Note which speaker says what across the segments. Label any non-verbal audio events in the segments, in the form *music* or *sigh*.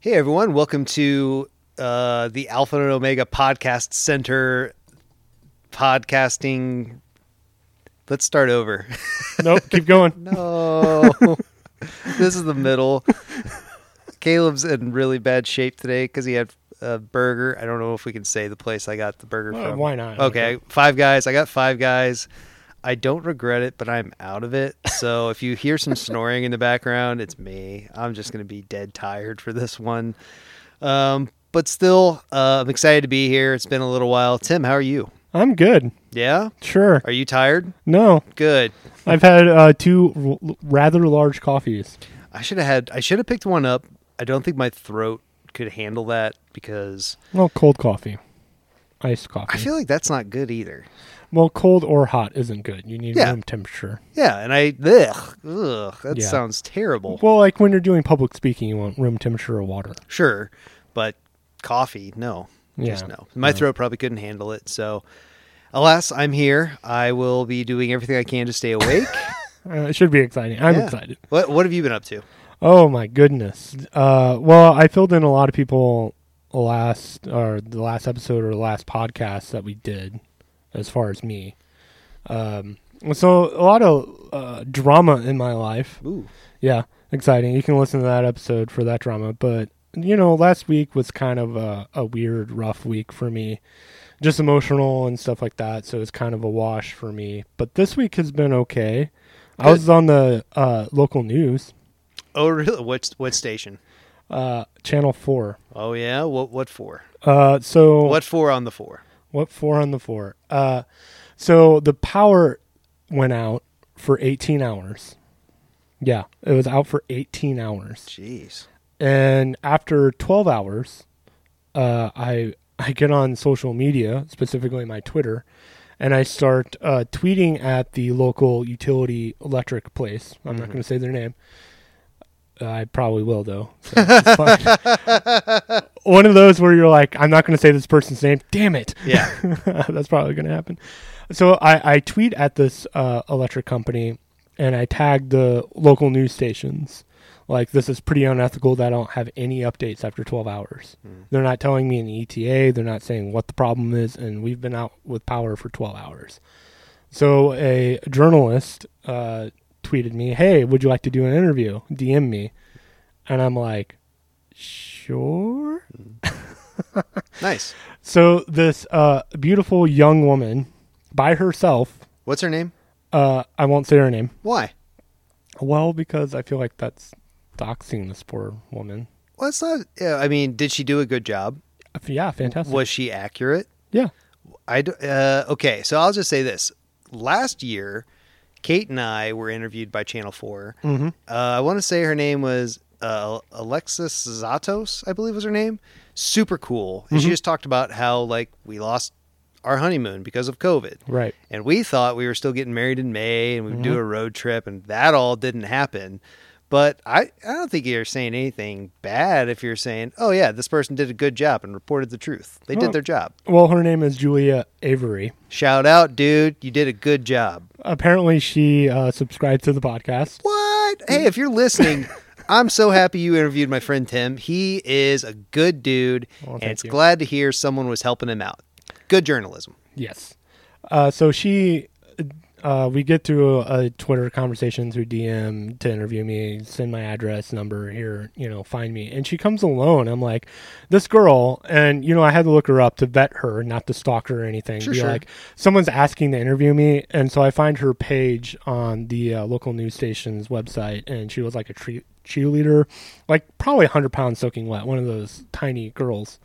Speaker 1: Hey everyone, welcome to uh, the Alpha and Omega Podcast Center podcasting. Let's start over. *laughs*
Speaker 2: Nope, keep going.
Speaker 1: No, this is the middle. Caleb's in really bad shape today because he had a burger. I don't know if we can say the place I got the burger
Speaker 2: Uh,
Speaker 1: from.
Speaker 2: why not?
Speaker 1: Okay, Five Guys. I got Five Guys. I don't regret it, but I'm out of it.
Speaker 2: *laughs*
Speaker 1: So if you hear some snoring in the background, it's me. I'm just going to be dead tired for this one. Um, but still, uh, I'm excited to be here. It's been a little while. Tim, how are you?
Speaker 2: I'm good.
Speaker 1: Yeah?
Speaker 2: Sure.
Speaker 1: Are you tired?
Speaker 2: No,
Speaker 1: Good.
Speaker 2: I've had uh, two r- rather large coffees.
Speaker 1: I should have had I should have picked one up. I don't think my throat could handle that because
Speaker 2: Well, cold coffee, iced coffee.
Speaker 1: I feel like that's not good either.
Speaker 2: well, cold or hot isn't good. You need
Speaker 1: Yeah.
Speaker 2: room temperature.
Speaker 1: Yeah, and I ugh, ugh that
Speaker 2: Yeah.
Speaker 1: sounds terrible.
Speaker 2: Well, like when you're doing public speaking, you want room temperature or water.
Speaker 1: Sure, but coffee, no. Just
Speaker 2: Yeah.
Speaker 1: no. My throat probably couldn't handle it, so alas, I'm here. I will be doing everything I can to stay awake. *laughs*
Speaker 2: Uh, it should be exciting. I'm
Speaker 1: Yeah.
Speaker 2: excited.
Speaker 1: what what have you been up to?
Speaker 2: Oh my goodness. Uh, well, I filled in a lot of people last or the last episode or the last podcast that we did, as far as me. Um, so a lot of uh, drama in my life.
Speaker 1: Ooh.
Speaker 2: Yeah, exciting. You can listen to that episode for that drama. But you know, last week was kind of a, a weird, rough week for me, just emotional and stuff like that. So it's kind of a wash for me. But this week has been okay. I
Speaker 1: Good.
Speaker 2: was on the uh, local news,
Speaker 1: Oh really? What what station?
Speaker 2: uh, Channel Four.
Speaker 1: Oh yeah, what what for?
Speaker 2: Uh, so
Speaker 1: What for on the four?
Speaker 2: What four on the four? Uh, so the power went out for 18 hours. Yeah, it was out for 18 hours,
Speaker 1: Jeez.
Speaker 2: and after 12 hours, uh, I I get on social media, specifically my Twitter, and I start uh, tweeting at the local utility electric place. I'm not going to say their name. Uh, I probably will though. So it's fine. One of those where you're like, I'm not going to say this person's name. Damn it.
Speaker 1: Yeah. *laughs*
Speaker 2: *laughs* that's probably going to happen. So I, I tweet at this uh, electric company and I tag the local news stations. Like, this is pretty unethical that I don't have any updates after 12 hours. They're not telling me an ETA. They're not saying what the problem is. And we've been out with power for 12 hours. So a journalist uh, tweeted me, Hey, would you like to do an interview? DM me. And I'm like, Sure.
Speaker 1: nice.
Speaker 2: So this uh, beautiful young woman, by herself,
Speaker 1: What's her name?
Speaker 2: uh, I won't say her name.
Speaker 1: Why?
Speaker 2: Well, because I feel like that's doxing this poor woman.
Speaker 1: Well, it's not. Yeah, I mean, did she do a good job?
Speaker 2: Uh, Yeah, fantastic.
Speaker 1: Was she accurate?
Speaker 2: Yeah,
Speaker 1: I d- uh, okay. So I'll just say this: last year, Kate and I were interviewed by Channel 4 Uh, I want to say her name was uh, Alexis Zatos, I believe was her name. Super cool. And she just talked about how like we lost our honeymoon because of COVID.
Speaker 2: right.
Speaker 1: And we thought we were still getting married in May and we'd do
Speaker 2: Mm-hmm.
Speaker 1: a road trip, and that all didn't happen. But I, I don't think you're saying anything bad if you're saying, oh, yeah, this person did a good job and reported the truth. They
Speaker 2: Well-
Speaker 1: did their job.
Speaker 2: Well, her name is Julia Avery.
Speaker 1: Shout out, dude. You did a good job.
Speaker 2: Apparently, she uh, subscribed to the podcast.
Speaker 1: What? Hey, if you're listening, *laughs* I'm so happy you interviewed my friend Tim. He is a good dude, and
Speaker 2: Oh, thank
Speaker 1: it's
Speaker 2: you.
Speaker 1: glad to hear someone was helping him out. Good journalism.
Speaker 2: Yes. Uh, so she, uh, we get through a, a Twitter conversation through DM to interview me, send my address, number here, you know, find me. And she comes alone. I'm like, this girl, and you know, I had to look her up to vet her, not to stalk her or anything.
Speaker 1: Sure,
Speaker 2: Be
Speaker 1: sure.
Speaker 2: like, someone's asking to interview me, and so I find her page on the uh, local news station's website, and she was like a tre- cheerleader, like probably 100 pounds soaking wet, one of those tiny girls.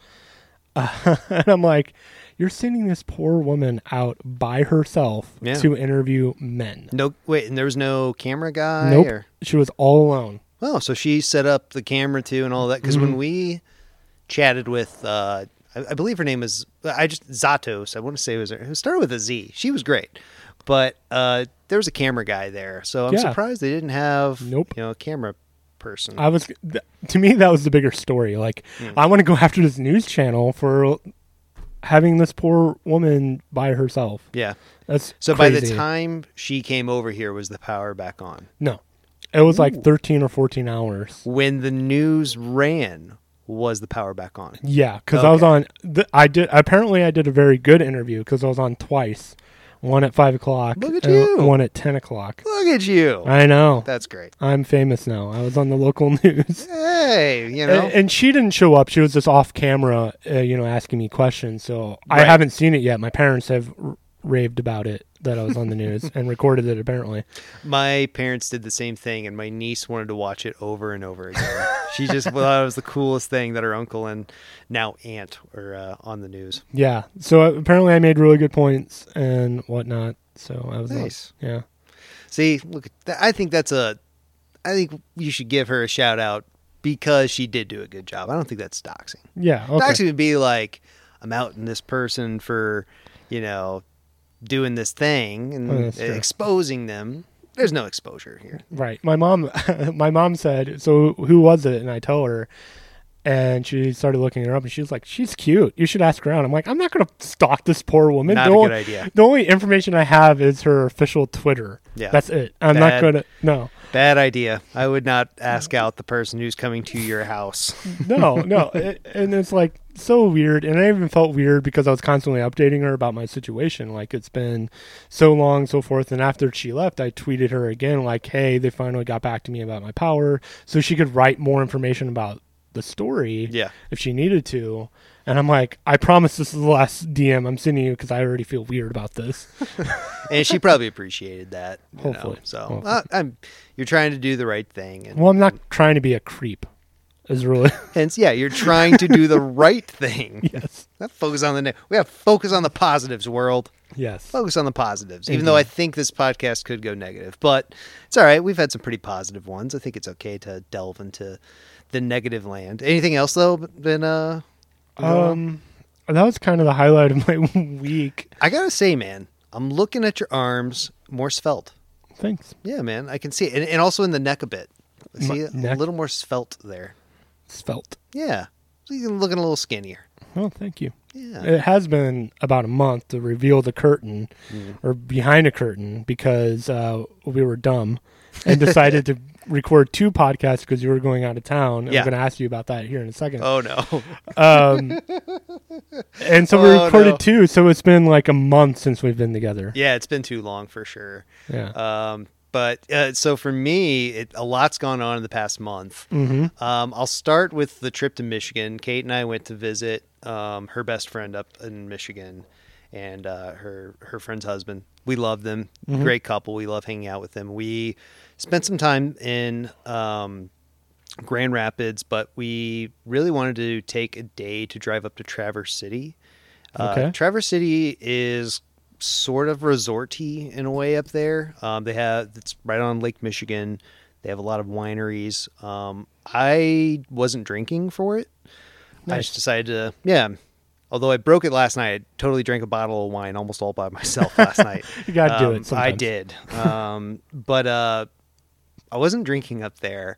Speaker 2: *laughs* and I'm like, you're sending this poor woman out by herself
Speaker 1: Yeah.
Speaker 2: to interview men.
Speaker 1: No, wait, and there was no camera guy?
Speaker 2: nope,
Speaker 1: Or,
Speaker 2: she was all alone.
Speaker 1: oh, so she set up the camera too and all that. Because
Speaker 2: Mm-hmm.
Speaker 1: when we chatted with, uh, I, I believe her name is, I just, Zatos, I want to say it was her. It started with a Z. She was great. But uh, there was a camera guy there. So I'm
Speaker 2: Yeah.
Speaker 1: surprised they didn't have,
Speaker 2: Nope.
Speaker 1: you know, a camera person.
Speaker 2: I was, th- to me, that was the bigger story. Like,
Speaker 1: Hmm.
Speaker 2: I want to go after this news channel for having this poor woman by herself.
Speaker 1: Yeah.
Speaker 2: That's
Speaker 1: So by
Speaker 2: crazy.
Speaker 1: the time she came over here, was the power back on?
Speaker 2: no, it was like 13 or 14 hours.
Speaker 1: When the news ran, was the power back on?
Speaker 2: Yeah, because I was on. Th- I did apparently I did a very good interview because I was on twice, one at five o'clock,
Speaker 1: Look at
Speaker 2: and
Speaker 1: you.
Speaker 2: one at ten o'clock.
Speaker 1: Look at you.
Speaker 2: I know.
Speaker 1: That's great.
Speaker 2: I'm famous now. I was on the local *laughs* news.
Speaker 1: Hey, you know.
Speaker 2: And, and she didn't show up. She was just off camera, uh, you know, asking me questions. So I
Speaker 1: Right.
Speaker 2: haven't seen it yet. My parents have r- raved about it that I was on the news and recorded it apparently.
Speaker 1: My parents did the same thing, and my niece wanted to watch it over and over again. she just thought it was the coolest thing that her uncle and now aunt were uh, on the news.
Speaker 2: Yeah. So uh, apparently I made really good points and whatnot. So I was on-
Speaker 1: Nice.
Speaker 2: yeah.
Speaker 1: See, look, at that. I think that's a. I think you should give her a shout out because she did do a good job. I don't think that's doxing.
Speaker 2: Yeah. Okay.
Speaker 1: Doxing would be like, I'm outing this person for, you know, doing this thing and
Speaker 2: Oh, that's true.
Speaker 1: exposing them. There's no exposure here.
Speaker 2: Right. My mom *laughs* my mom said, "So who was it?" And I tell her and she started looking her up and she was like, "She's cute. You should ask her out." I'm like, "I'm not going to stalk this poor woman."
Speaker 1: Not
Speaker 2: the
Speaker 1: a
Speaker 2: only,
Speaker 1: good idea.
Speaker 2: The only information I have is her official Twitter.
Speaker 1: Yeah.
Speaker 2: That's it. I'm
Speaker 1: Bad.
Speaker 2: not going to No.
Speaker 1: Bad idea. I would not ask out the person who's coming to your house.
Speaker 2: No, no. It- and it's like so weird and I even felt weird because I was constantly updating her about my situation. Like it's been so long, so forth. And after she left, I tweeted her again like, "Hey, they finally got back to me about my power." So she could write more information about the story.
Speaker 1: Yeah.
Speaker 2: if she needed to. And I'm like, I promise this is the last DM I'm sending you because I already feel weird about this.
Speaker 1: and she probably appreciated that. you know.
Speaker 2: Hopefully.
Speaker 1: So
Speaker 2: Hopefully.
Speaker 1: uh, I'm, you're trying to do the right thing, and
Speaker 2: Well, I'm not trying to be a creep, is really. *laughs*
Speaker 1: hence, yeah, you're trying to do the right thing.
Speaker 2: yes.
Speaker 1: Not focus on the ne- we have focus on the positives, world.
Speaker 2: Yes.
Speaker 1: Focus on the positives, even though I think this podcast could go negative, but it's all right. We've had some pretty positive ones. I think it's okay to delve into the negative land. Anything else though? Then uh,
Speaker 2: Um, that was kind of the highlight of my *laughs* week.
Speaker 1: I gotta say, man, I'm looking at your arms more svelte.
Speaker 2: Thanks.
Speaker 1: Yeah, man, I can see it, and, and also in the neck a bit. See
Speaker 2: neck?
Speaker 1: a little more svelte there.
Speaker 2: Svelte.
Speaker 1: Yeah. So you're looking a little skinnier.
Speaker 2: Well, thank you.
Speaker 1: Yeah.
Speaker 2: It has been about a month to reveal the curtain
Speaker 1: Mm.
Speaker 2: or behind a curtain because uh, we were dumb and
Speaker 1: *laughs*
Speaker 2: decided to record two podcasts because you were going out of town.
Speaker 1: Yeah.
Speaker 2: I'm going to ask you about that here in a second.
Speaker 1: *laughs* Oh no. *laughs*
Speaker 2: Um, and so we
Speaker 1: Oh,
Speaker 2: recorded
Speaker 1: no.
Speaker 2: two. So it's been like a month since we've been together.
Speaker 1: Yeah, it's been too long for sure.
Speaker 2: Yeah.
Speaker 1: Um, but uh, so for me, it, a lot's gone on in the past month. Mm-hmm. Um, I'll start with the trip to Michigan. Kate and I went to visit um, her best friend up in Michigan, and uh, her her friend's husband. We love them. Great couple. We love hanging out with them. We spent some time in um, Grand Rapids, but we really wanted to take a day to drive up to Traverse City.
Speaker 2: Okay.
Speaker 1: Uh, Traverse City is sort of resorty in a way up there. Um, they have it's right on Lake Michigan. They have a lot of wineries. Um, I wasn't drinking for it. I just decided to yeah. Although I broke it last night, I totally drank a bottle of wine almost all by myself
Speaker 2: *laughs*
Speaker 1: last night.
Speaker 2: You gotta do
Speaker 1: Um,
Speaker 2: it
Speaker 1: I
Speaker 2: sometimes.
Speaker 1: did, um, *laughs* but uh, I wasn't drinking up there.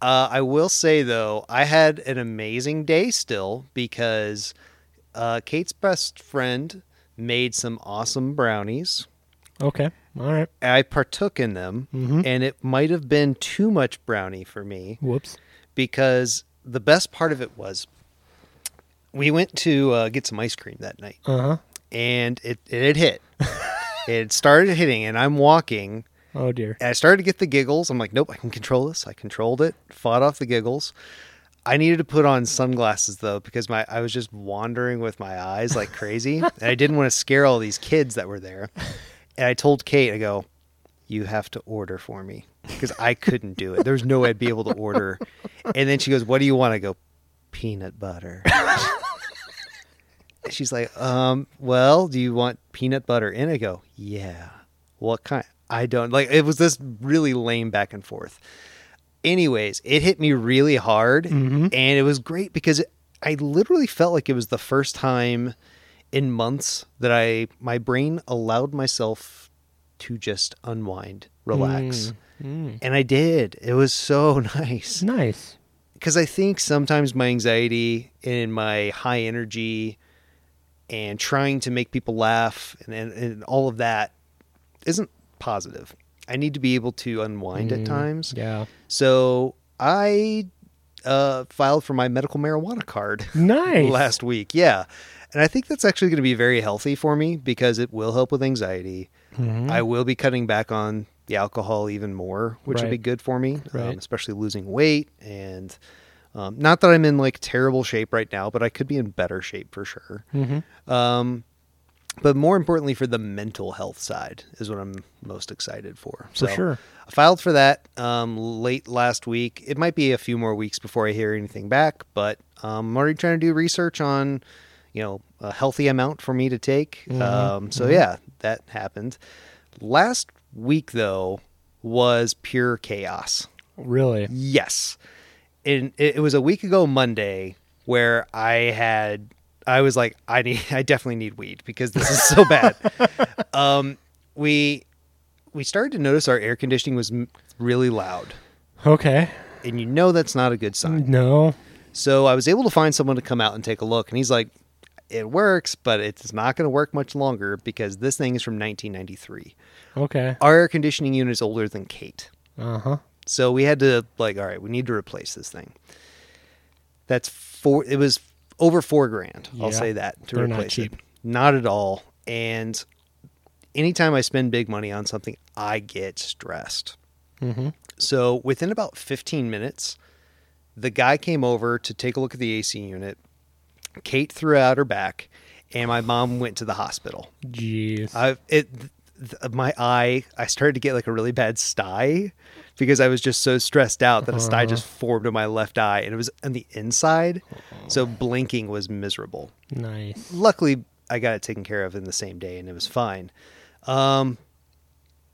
Speaker 1: Uh, I will say though, I had an amazing day still because uh, Kate's best friend made some awesome brownies.
Speaker 2: Okay. All right.
Speaker 1: I partook in them,
Speaker 2: Mm-hmm.
Speaker 1: and it might have been too much brownie for me
Speaker 2: Whoops.
Speaker 1: because the best part of it was we went to uh, get some ice cream that night,
Speaker 2: Uh huh.
Speaker 1: and it it had
Speaker 2: *laughs*
Speaker 1: hit. it started hitting, and I'm walking.
Speaker 2: Oh dear.
Speaker 1: And I started to get the giggles. I'm like, nope, I can control this. I controlled it. Fought off the giggles. I needed to put on sunglasses though because my I was just wandering with my eyes like crazy, and I didn't want to scare all these kids that were there. And I told Kate, I go, "You have to order for me because I couldn't do it. There's no way I'd be able to order." And then she goes, "What do you want?" I go, "Peanut butter." And She's like, um, well, do you want peanut butter in? I go, yeah. What kind? I don't like. It was this really lame back and forth. Anyways, it hit me really hard, and it was great because it, I literally felt like it was the first time in months that I my brain allowed myself to just unwind, relax, and I did. It was so *laughs* nice
Speaker 2: Nice.
Speaker 1: because I think sometimes my anxiety and my high energy and trying to make people laugh and, and, and all of that isn't positive. I need to be able to unwind at times.
Speaker 2: Yeah.
Speaker 1: So I uh, filed for my medical marijuana card *laughs*
Speaker 2: Nice.
Speaker 1: last week. Yeah. And I think that's actually going to be very healthy for me because it will help with anxiety.
Speaker 2: Mm-hmm.
Speaker 1: I will be cutting back on the alcohol even more, which will
Speaker 2: Right.
Speaker 1: be good for me,
Speaker 2: Right.
Speaker 1: um, especially losing weight. And um, not that I'm in like terrible shape right now, but I could be in better shape for sure. Um, but more importantly, for the mental health side is what I'm most excited for.
Speaker 2: For
Speaker 1: so
Speaker 2: sure.
Speaker 1: I filed for that um, late last week. It might be a few more weeks before I hear anything back, but um, I'm already trying to do research on, you know, a healthy amount for me to take. Um, so yeah, that happened. Last week though was pure chaos.
Speaker 2: Really?
Speaker 1: Yes. And it, it was a week ago Monday where I had I was like I need *laughs* I definitely need weed because this is so bad. um we we started to notice our air conditioning was m- really loud.
Speaker 2: Okay.
Speaker 1: And you know that's not a good sign.
Speaker 2: No.
Speaker 1: So I was able to find someone to come out and take a look and he's like it works, but it's not going to work much longer because this thing is from 1993.
Speaker 2: Okay.
Speaker 1: Our air conditioning unit is older than Kate.
Speaker 2: Uh huh.
Speaker 1: So we had to like, all right, we need to replace this thing. That's four. It was over four grand. I'll
Speaker 2: Yeah.
Speaker 1: say that to
Speaker 2: They're not
Speaker 1: replace
Speaker 2: cheap.
Speaker 1: it. Not at all. And anytime I spend big money on something, I get stressed.
Speaker 2: Mhm.
Speaker 1: So within about 15 minutes, the guy came over to take a look at the AC unit. Kate threw out her back, and my mom went to the hospital.
Speaker 2: Jeez.
Speaker 1: I it th- th- my eye I started to get like a really bad sty because I was just so stressed out that a sty just formed in my left eye and it was on the inside. So blinking was miserable.
Speaker 2: nice.
Speaker 1: Luckily I got it taken care of in the same day and it was fine. Um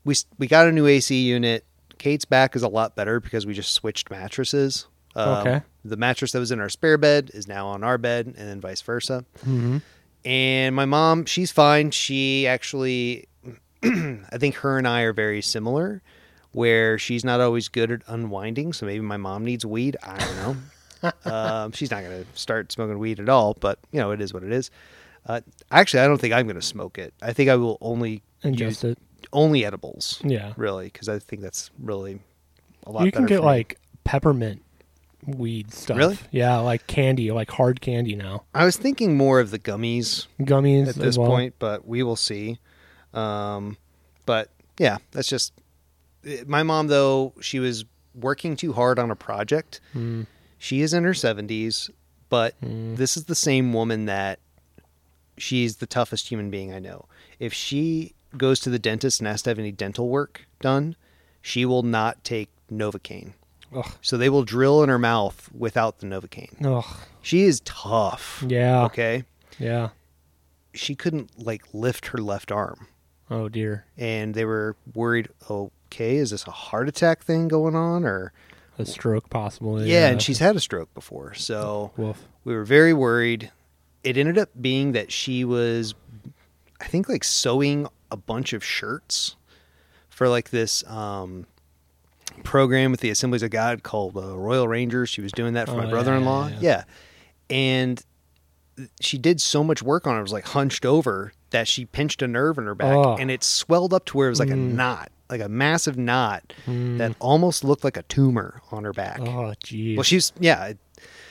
Speaker 1: we s- we got a new AC unit. Kate's back is a lot better because we just switched mattresses. Um,
Speaker 2: Okay.
Speaker 1: The mattress that was in our spare bed is now on our bed, and then vice versa
Speaker 2: Mm-hmm.
Speaker 1: and my mom she's fine she actually *clears throat* i think her and i are very similar where she's not always good at unwinding so maybe my mom needs weed i don't know
Speaker 2: *laughs*
Speaker 1: um, she's not going to start smoking weed at all but you know it is what it is uh, actually i don't think i'm going to smoke it i think i will only
Speaker 2: Ingest
Speaker 1: use
Speaker 2: it.
Speaker 1: only edibles
Speaker 2: Yeah.
Speaker 1: really because i think that's really a lot
Speaker 2: you can
Speaker 1: better
Speaker 2: get
Speaker 1: for me.
Speaker 2: like peppermint weed stuff.
Speaker 1: Really?
Speaker 2: Yeah, like candy, like hard candy now.
Speaker 1: i was thinking more of the gummies
Speaker 2: Gummies
Speaker 1: at
Speaker 2: as
Speaker 1: this
Speaker 2: well.
Speaker 1: point, but we will see. Um, but yeah, that's just it- my mom. Though she was working too hard on a project,
Speaker 2: Hmm.
Speaker 1: she is in her seventies, but this is the same woman that she's the toughest human being I know. If she goes to the dentist and has to have any dental work done, she will not take novocaine.
Speaker 2: Ugh.
Speaker 1: So they will drill in her mouth without the novocaine.
Speaker 2: Ugh.
Speaker 1: She is tough.
Speaker 2: Yeah.
Speaker 1: Okay
Speaker 2: Yeah.
Speaker 1: she couldn't like lift her left arm
Speaker 2: Oh dear.
Speaker 1: and they were worried okay is this a heart attack thing going on or
Speaker 2: A stroke possibly.
Speaker 1: yeah, and she's had a stroke before so
Speaker 2: Woof.
Speaker 1: we were very worried it ended up being that she was i think like sewing a bunch of shirts for like this um program with the assemblies of god called uh, royal rangers she was doing that for
Speaker 2: Oh,
Speaker 1: my
Speaker 2: yeah,
Speaker 1: brother-in-law
Speaker 2: yeah,
Speaker 1: yeah and she did so much work on it. It was like hunched over that she pinched a nerve in her back,
Speaker 2: Oh. Mm.
Speaker 1: and it swelled up to where it was like a knot, like a massive knot that almost looked like a tumor on her back.
Speaker 2: Oh jeez.
Speaker 1: Well, she's yeah. it-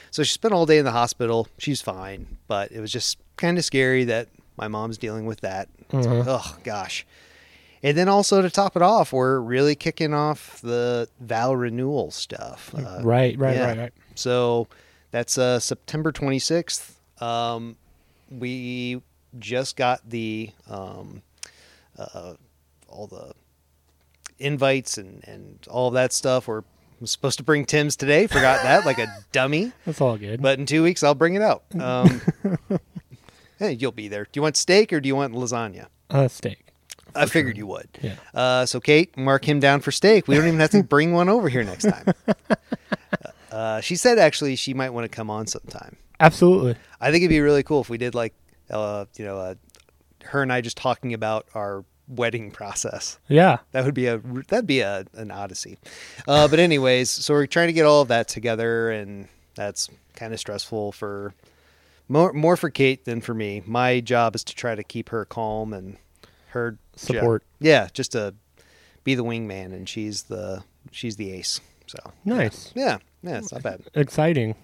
Speaker 1: So she spent all day in the hospital. She's fine, but it was just kind of scary that my mom's dealing with that. It's like, oh gosh. And then also to top it off, we're really kicking off the Val renewal stuff. Uh,
Speaker 2: right, right,
Speaker 1: yeah.
Speaker 2: right, right.
Speaker 1: So that's uh, September 26th. Um, we just got the um, uh, all the invites and and all that stuff. We're I'm supposed to bring Tim's today. Forgot that, like a dummy.
Speaker 2: That's all good.
Speaker 1: But in two weeks, I'll bring it out. Um, hey, you'll be there. Do you want steak or do you want lasagna?
Speaker 2: uh, steak.
Speaker 1: I figured you would.
Speaker 2: Yeah.
Speaker 1: Uh, so Kate, mark him down for steak. We don't even have to bring one over here next time. uh, she said actually she might want to come on sometime.
Speaker 2: Absolutely.
Speaker 1: I think it'd be really cool if we did like, uh, you know, uh, her and I just talking about our wedding process.
Speaker 2: Yeah.
Speaker 1: That would be a that'd be a, an odyssey. Uh, but anyways, so we're trying to get all of that together, and that's kind of stressful for more more for Kate than for me. My job is to try to keep her calm and her
Speaker 2: Support.
Speaker 1: Yeah, just to be the wingman, and she's the she's the ace. So
Speaker 2: Nice.
Speaker 1: yeah, yeah, it's not bad.
Speaker 2: Exciting.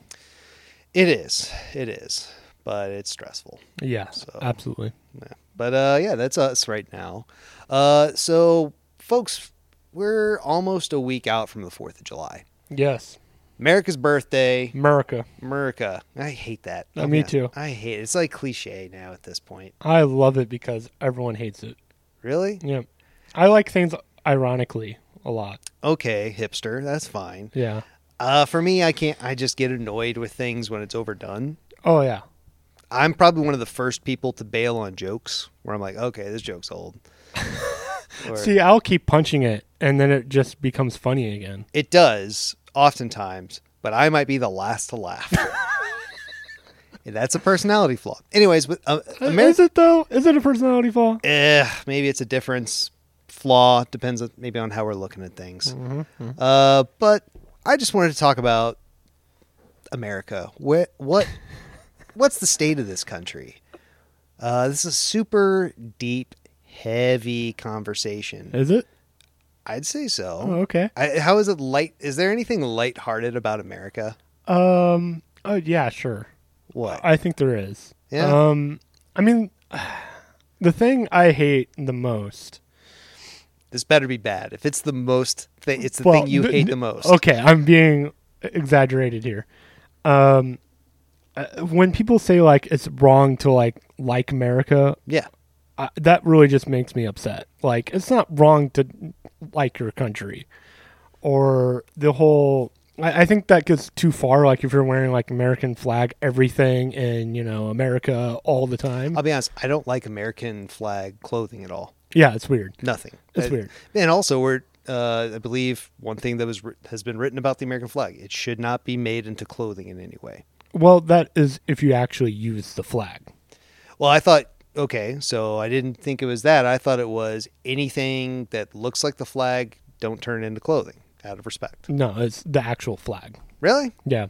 Speaker 1: It is, it is, but it's stressful.
Speaker 2: Yes,
Speaker 1: So-
Speaker 2: absolutely.
Speaker 1: Yeah. But uh, yeah, that's us right now. Uh, so, folks, we're almost a week out from the 4th of July.
Speaker 2: Yes.
Speaker 1: America's birthday,
Speaker 2: America.
Speaker 1: America. I hate that.
Speaker 2: Uh, me
Speaker 1: Yeah,
Speaker 2: too.
Speaker 1: I hate it. It's like cliche now at this point.
Speaker 2: I love it because everyone hates it.
Speaker 1: Really?
Speaker 2: Yeah. I like things ironically a lot.
Speaker 1: Okay, hipster. That's fine.
Speaker 2: Yeah.
Speaker 1: Uh, for me, I can't. I just get annoyed with things when it's overdone.
Speaker 2: Oh yeah.
Speaker 1: I'm probably one of the first people to bail on jokes where I'm like, okay, this joke's old. Or-
Speaker 2: See, I'll keep punching it and then it just becomes funny again.
Speaker 1: It does, oftentimes, but I might be the last to laugh. And That's a personality flaw. Anyways, with uh,
Speaker 2: is
Speaker 1: America,
Speaker 2: it though? Is it a personality flaw?
Speaker 1: eh, maybe it's a difference flaw. Depends on, maybe on how we're looking at things. Uh, but I just wanted to talk about America. What what what's the state of this country? Uh, this is a super deep, heavy conversation.
Speaker 2: Is it?
Speaker 1: I'd say so.
Speaker 2: Oh, okay.
Speaker 1: I, how is it light? Is there anything lighthearted about America?
Speaker 2: Um. Oh yeah. Sure.
Speaker 1: What?
Speaker 2: I think there is.
Speaker 1: Yeah.
Speaker 2: Um. I mean, the thing I hate the most.
Speaker 1: this better be bad. If it's the most, th- it's the
Speaker 2: Well,
Speaker 1: thing you
Speaker 2: th-
Speaker 1: hate
Speaker 2: th-
Speaker 1: the most.
Speaker 2: Okay, I'm being exaggerated here. Um, uh, when people say like it's wrong to like like America,
Speaker 1: Yeah.
Speaker 2: I, that really just makes me upset. Like it's not wrong to like your country, or the whole. I, I think that gets too far. Like if you're wearing like American flag everything and you know America all the time.
Speaker 1: I'll be honest. I don't like American flag clothing at all.
Speaker 2: yeah, it's weird.
Speaker 1: Nothing.
Speaker 2: It's
Speaker 1: I-
Speaker 2: weird.
Speaker 1: And also, we're uh, I believe one thing that was writ- has been written about the American flag: it should not be made into clothing in any way.
Speaker 2: Well, that is if you actually use the flag.
Speaker 1: Well, I thought. Okay, so I didn't think it was that. I thought it was anything that looks like the flag, don't turn into clothing out of respect.
Speaker 2: No, it's the actual flag.
Speaker 1: Really?
Speaker 2: Yeah.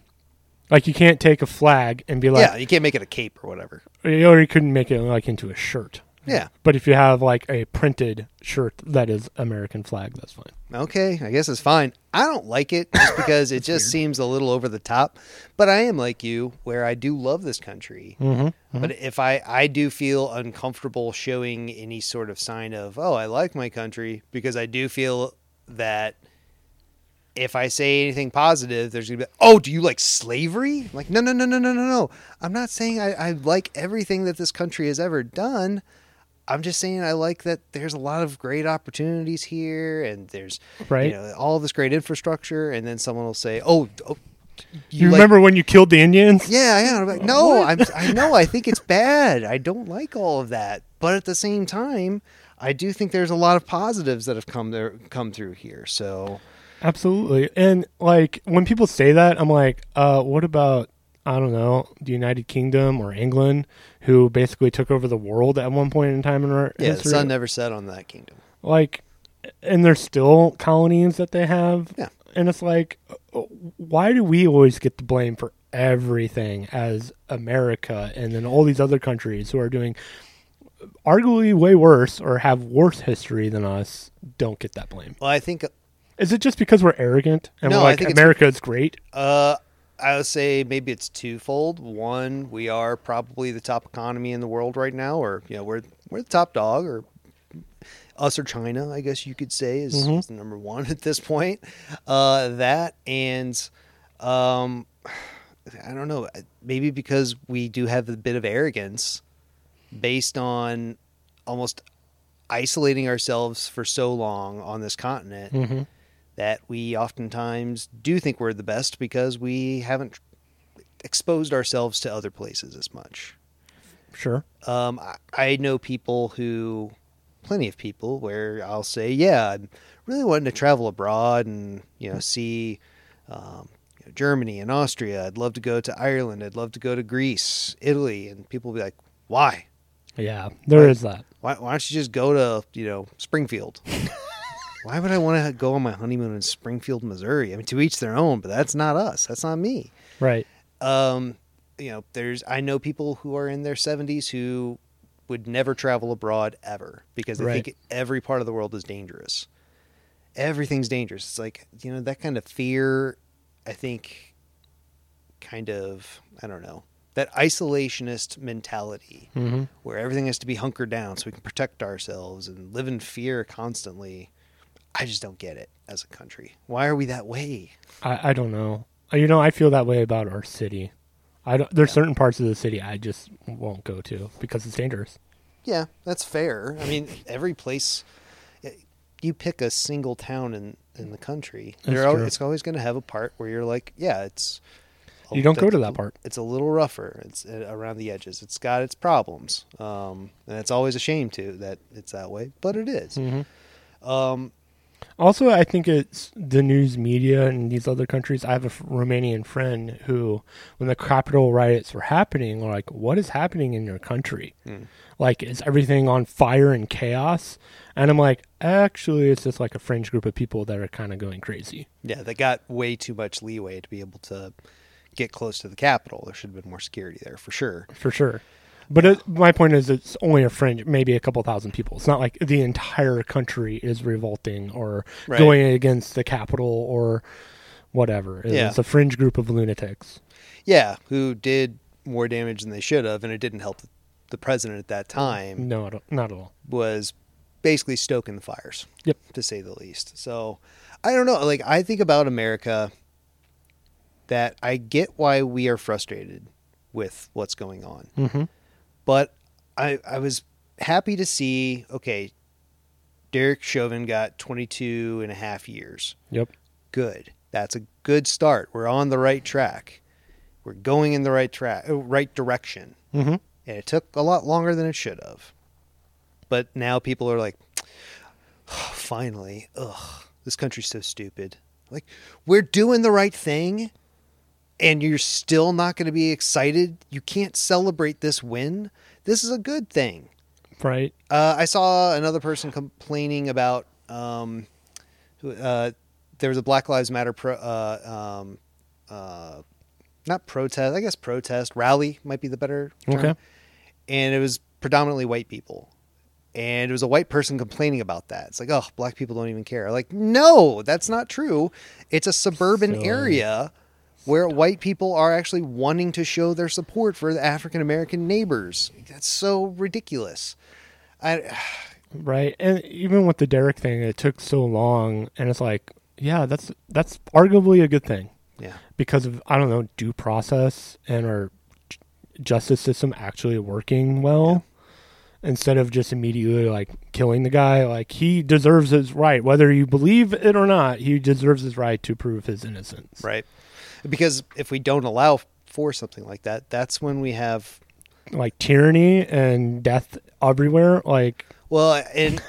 Speaker 2: Like you can't take a flag and be
Speaker 1: yeah,
Speaker 2: like,
Speaker 1: you can't make it a cape or whatever.
Speaker 2: or you couldn't make it like into a shirt.
Speaker 1: Yeah.
Speaker 2: But if you have like a printed shirt that is American flag, that's fine.
Speaker 1: okay, I guess it's fine. I don't like it just because it just seems a little over the top. But I am like you, where I do love this country. But if I I do feel uncomfortable showing any sort of sign of oh I like my country because I do feel that if I say anything positive, there's gonna be oh do you like slavery? I'm like no no no no no no no. I'm not saying I, I like everything that this country has ever done. I'm just saying I like that there's a lot of great opportunities here and there's
Speaker 2: Right.
Speaker 1: you know all this great infrastructure and then someone will say, "Oh, oh
Speaker 2: You,
Speaker 1: like-
Speaker 2: remember when you killed the Indians?
Speaker 1: Yeah, yeah. I'm like, "No, I'm I know I think it's bad. I don't like all of that." But at the same time, I do think there's a lot of positives that have come there come through here. So,
Speaker 2: Absolutely. And like when people say that, I'm like, uh, what about I don't know, the United Kingdom or England, who basically took over the world at one point in time in our
Speaker 1: yeah, the
Speaker 2: history?
Speaker 1: sun never set on that kingdom.
Speaker 2: like and there's still colonies that they have
Speaker 1: Yeah.
Speaker 2: and it's like uh, why do we always get the blame for everything as america and then all these other countries who are doing arguably way worse or have worse history than us don't get that blame
Speaker 1: Well, I think
Speaker 2: is it just because we're arrogant and
Speaker 1: No,
Speaker 2: we're
Speaker 1: I
Speaker 2: like
Speaker 1: think it's-
Speaker 2: america is great
Speaker 1: Uh, I would say maybe it's twofold. One, we are probably the top economy in the world right now, or you know, we're we're the top dog, or us or China, I guess you could say, is, is the number one *laughs* at this point. Uh, that and um, I don't know, maybe because we do have a bit of arrogance based on almost isolating ourselves for so long on this continent
Speaker 2: Mm-hmm.
Speaker 1: that we oftentimes do think we're the best because we haven't exposed ourselves to other places as much.
Speaker 2: sure
Speaker 1: Um, I, I know people who, plenty of people, where I'll say, yeah, I'm really wanting to travel abroad and you know see um, you know, Germany and Austria. I'd love to go to Ireland. I'd love to go to Greece, Italy, and people will be like, why?
Speaker 2: yeah there
Speaker 1: Right.
Speaker 2: is that
Speaker 1: Why, why don't you just go to you know Springfield? why would I want to go on my honeymoon in Springfield, Missouri? I mean, to each their own, but that's not us. That's not me.
Speaker 2: right
Speaker 1: Um, you know, there's I know people who are in their 70s who would never travel abroad ever because they
Speaker 2: Right.
Speaker 1: think every part of the world is dangerous. everything's dangerous. It's like you know that kind of fear. I think, kind of I don't know that isolationist mentality
Speaker 2: Mm-hmm.
Speaker 1: where everything has to be hunkered down so we can protect ourselves and live in fear constantly. I just don't get it as a country. Why are we that way?
Speaker 2: I, I don't know. Uh, You know, I feel that way about our city. I don't, there's certain parts of the city I just won't go to because it's dangerous.
Speaker 1: Yeah, that's fair. I mean, every place eh, you pick a single town in in the country,
Speaker 2: That's
Speaker 1: they're al-
Speaker 2: true.
Speaker 1: it's always going to have a part where you're like, yeah, it's a-
Speaker 2: You don't go to
Speaker 1: it's-
Speaker 2: that part.
Speaker 1: It's a little rougher. It's uh, around the edges. It's got its problems, um, and it's always a shame too that it's that way, but it is.
Speaker 2: Mm-hmm.
Speaker 1: Um,
Speaker 2: Also, I think it's the news media in these other countries. I have a f- Romanian friend who, when the capital riots were happening, were like, "What is happening in your country?
Speaker 1: Hmm.
Speaker 2: Like, is everything on fire and chaos?" And I'm like, "Actually, it's just like a fringe group of people that are kind of going crazy."
Speaker 1: yeah, they got way too much leeway to be able to get close to the capital. There should have been more security there for sure.
Speaker 2: for sure. But it, my point is, it's only a fringe, maybe a couple thousand people. It's not like the entire country is revolting or
Speaker 1: Right.
Speaker 2: going against the capital or whatever. It-
Speaker 1: Yeah.
Speaker 2: It's a fringe group of lunatics.
Speaker 1: Yeah, who did more damage than they should have, and it didn't help the president at that time.
Speaker 2: No, I don't- not at all.
Speaker 1: was basically stoking the fires.
Speaker 2: Yep.
Speaker 1: To say the least. So I don't know. Like I think about America that I get why we are frustrated with what's going on.
Speaker 2: Mm-hmm.
Speaker 1: But I I was happy to see, okay, Derek Chauvin got 22 and a half years.
Speaker 2: Yep.
Speaker 1: Good. That's a good start. We're on the right track. We're going in the right track, right direction
Speaker 2: Mm-hmm.
Speaker 1: and it took a lot longer than it should have. But now people are like, *sighs* finally, ugh, this country's so stupid. Like, we're doing the right thing, and you're still not going to be excited. You can't celebrate this win. This is a good thing.
Speaker 2: Right.
Speaker 1: Uh, I saw another person complaining about um, who- uh, there was a Black Lives Matter pro, uh, um, uh, not protest, I guess protest rally might be the better term.
Speaker 2: Okay.
Speaker 1: And it was predominantly white people, and it was a white person complaining about that. It's like, oh, black people don't even care. Like, no, that's not true. It's a suburban
Speaker 2: Silly.
Speaker 1: area where white people are actually wanting to show their support for the African American neighbors. That's so ridiculous. I
Speaker 2: Right. And even with the Derek thing, it took so long, and it's like, yeah, that's that's arguably a good thing.
Speaker 1: yeah.
Speaker 2: because of I don't know due process and our j- justice system actually working well instead of just immediately like killing the guy like he deserves his right whether you believe it or not he deserves his right to prove his
Speaker 1: *sighs*
Speaker 2: innocence
Speaker 1: Right. Because if we don't allow for something like that, that's when we have
Speaker 2: like tyranny and death everywhere like
Speaker 1: well, and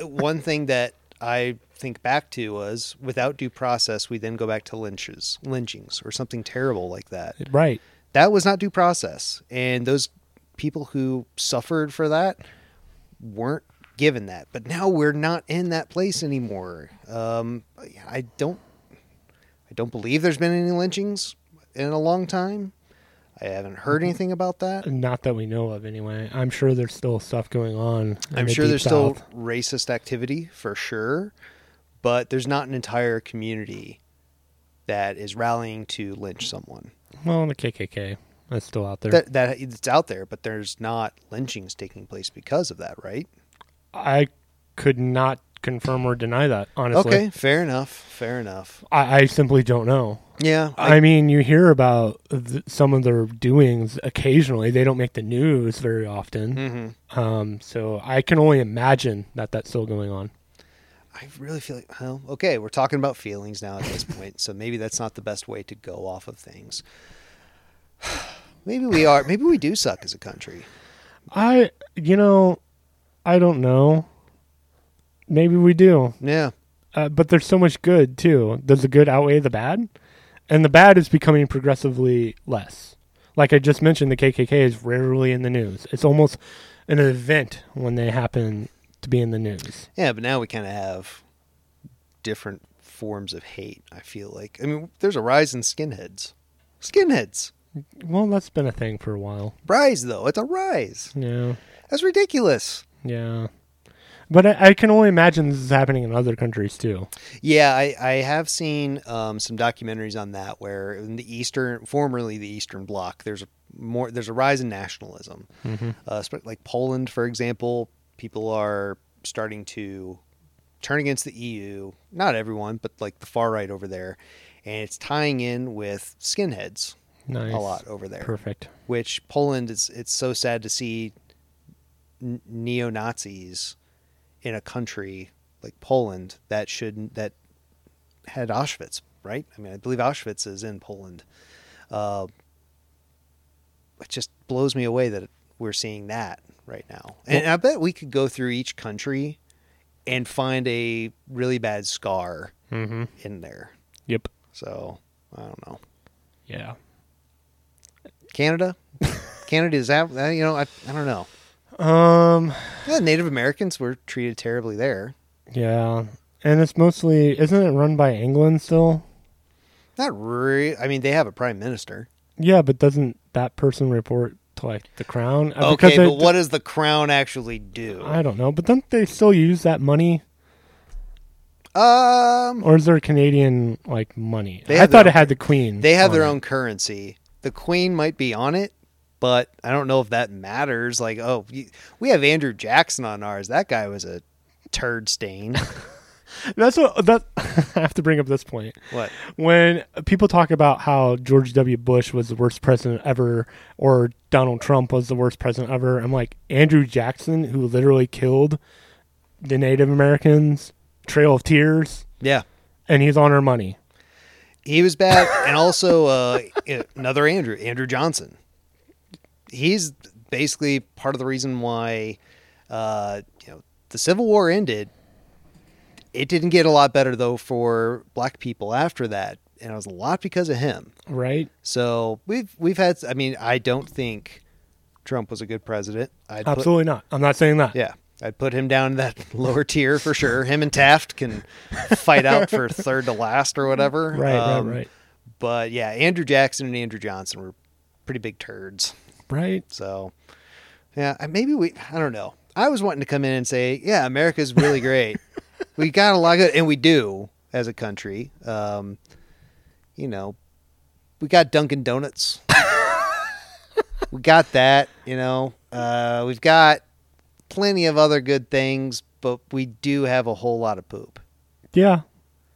Speaker 1: one thing that I think back to was without due process, we then go back to lynches, lynchings, or something terrible like that.
Speaker 2: right
Speaker 1: That was not due process, and those people who suffered for that weren't given that. But now we're not in that place anymore. Um, I don't, I don't believe there's been any lynchings in a long time. I haven't heard anything about that.
Speaker 2: not that we know of anyway i'm sure there's still stuff going on in
Speaker 1: I'm
Speaker 2: the
Speaker 1: sure
Speaker 2: Deep
Speaker 1: there's
Speaker 2: South.
Speaker 1: still racist activity for sure, but there's not an entire community that is rallying to lynch someone.
Speaker 2: well the kkk that's still out there
Speaker 1: That that it's out there, but there's not lynchings taking place because of that, right?
Speaker 2: i could not confirm or deny that honestly
Speaker 1: Okay, fair enough. Fair enough.
Speaker 2: I, I simply don't know.
Speaker 1: Yeah, I,
Speaker 2: I, mean, you hear about th- some of their doings occasionally. They don't make the news very often.
Speaker 1: Mhm.
Speaker 2: Um, so I can only imagine that that's still going on.
Speaker 1: I really feel like well, okay, we're talking about feelings now at this point, so maybe that's not the best way to go off of things. *sighs* maybe we are. Maybe we do suck as a country.
Speaker 2: I, you know, I don't know. Maybe we do.
Speaker 1: Yeah,
Speaker 2: Uh, but there's so much good, too. Does the good outweigh the bad? And the bad is becoming progressively less. Like I just mentioned, the KKK is rarely in the news. It's almost an event when they happen to be in the news.
Speaker 1: Yeah, but now we kind of have different forms of hate. I feel like I mean, there's a rise in skinheads. Skinheads
Speaker 2: Well, that's been a thing for a while.
Speaker 1: rise though. It's a rise.
Speaker 2: Yeah,
Speaker 1: That's ridiculous.
Speaker 2: yeah. But I, I can only imagine this is happening in other countries too.
Speaker 1: Yeah, I, I have seen um, some documentaries on that where in the eastern, formerly the Eastern Bloc, there's a more there's a rise in nationalism. Uh, sp- like Poland, for example, people are starting to turn against the EU. Not everyone, but like the far right over there, and it's tying in with skinheads
Speaker 2: Nice.
Speaker 1: a lot over there.
Speaker 2: Perfect.
Speaker 1: Which Poland is it's so sad to see n- neo Nazis in a country like Poland that should that had Auschwitz, right? I mean, I believe Auschwitz is in Poland. Uh, it just blows me away that we're seeing that right now. And I bet we could go through each country and find a really bad scar
Speaker 2: Mm-hmm.
Speaker 1: in there.
Speaker 2: Yep.
Speaker 1: So I don't know.
Speaker 2: Yeah.
Speaker 1: Canada, *laughs* Canada is that that- you know I, I don't know.
Speaker 2: Um.
Speaker 1: Yeah, Native Americans were treated terribly there.
Speaker 2: Yeah. And it's mostly isn't it run by England still?
Speaker 1: Not really. I mean, they have a prime minister.
Speaker 2: Yeah, but doesn't that person report to like the crown? Uh,
Speaker 1: Okay,
Speaker 2: they-
Speaker 1: but what does the crown actually do?
Speaker 2: I don't know. But don't they still use that money,
Speaker 1: Um,
Speaker 2: or is there Canadian like money?
Speaker 1: They
Speaker 2: I
Speaker 1: have
Speaker 2: thought
Speaker 1: their
Speaker 2: it had the queen.
Speaker 1: they have
Speaker 2: on
Speaker 1: their
Speaker 2: it.
Speaker 1: own currency. The queen might be on it, but I don't know if that matters. Like, oh, you, we have Andrew Jackson on ours. That guy was a turd stain. *laughs*
Speaker 2: That's what that. *laughs* I have to bring up this point.
Speaker 1: what?
Speaker 2: when people talk about how George W. Bush was the worst president ever or Donald Trump was the worst president ever, I'm like, Andrew Jackson, who literally killed the Native Americans, Trail of Tears,
Speaker 1: Yeah,
Speaker 2: and he's on our money.
Speaker 1: he was bad, and also uh, another Andrew, Andrew Johnson. He's basically part of the reason why, uh, you know, the Civil War ended. It didn't get a lot better though for black people after that, and it was a lot because of him.
Speaker 2: Right?
Speaker 1: So we've we've had. I mean, I don't think Trump was a good president. I'd put-
Speaker 2: Absolutely not. I'm not saying that.
Speaker 1: yeah, I'd put him down in that *laughs* lower tier for sure. Him and Taft can fight out for third to last or whatever.
Speaker 2: Right,
Speaker 1: Um,
Speaker 2: right, right.
Speaker 1: But yeah, Andrew Jackson and Andrew Johnson were pretty big turds.
Speaker 2: Right?
Speaker 1: So yeah, I- maybe we. I don't know. I was wanting to come in and say, yeah, America's really great. we got a lot of good, and we do as a country. Um, you know, we got Dunkin' Donuts. we got that. You know, uh, we've got plenty of other good things, but we do have a whole lot of poop.
Speaker 2: Yeah.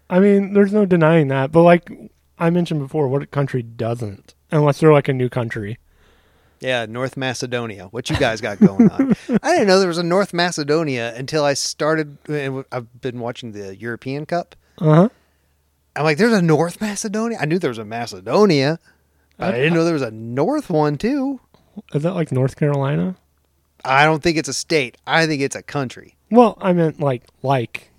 Speaker 2: I mean, there's no denying that. But like I mentioned before, what country doesn't? Unless they're like a new country.
Speaker 1: Yeah, North Macedonia. What you guys got going on? I didn't know there was a North Macedonia until I started. and I've been watching the European Cup.
Speaker 2: Uh huh.
Speaker 1: I'm like, there's a North Macedonia. I knew there was a Macedonia, but I didn't know there was a North one too.
Speaker 2: Is that like North Carolina?
Speaker 1: I don't think it's a state. I think it's a country.
Speaker 2: Well, I meant like like,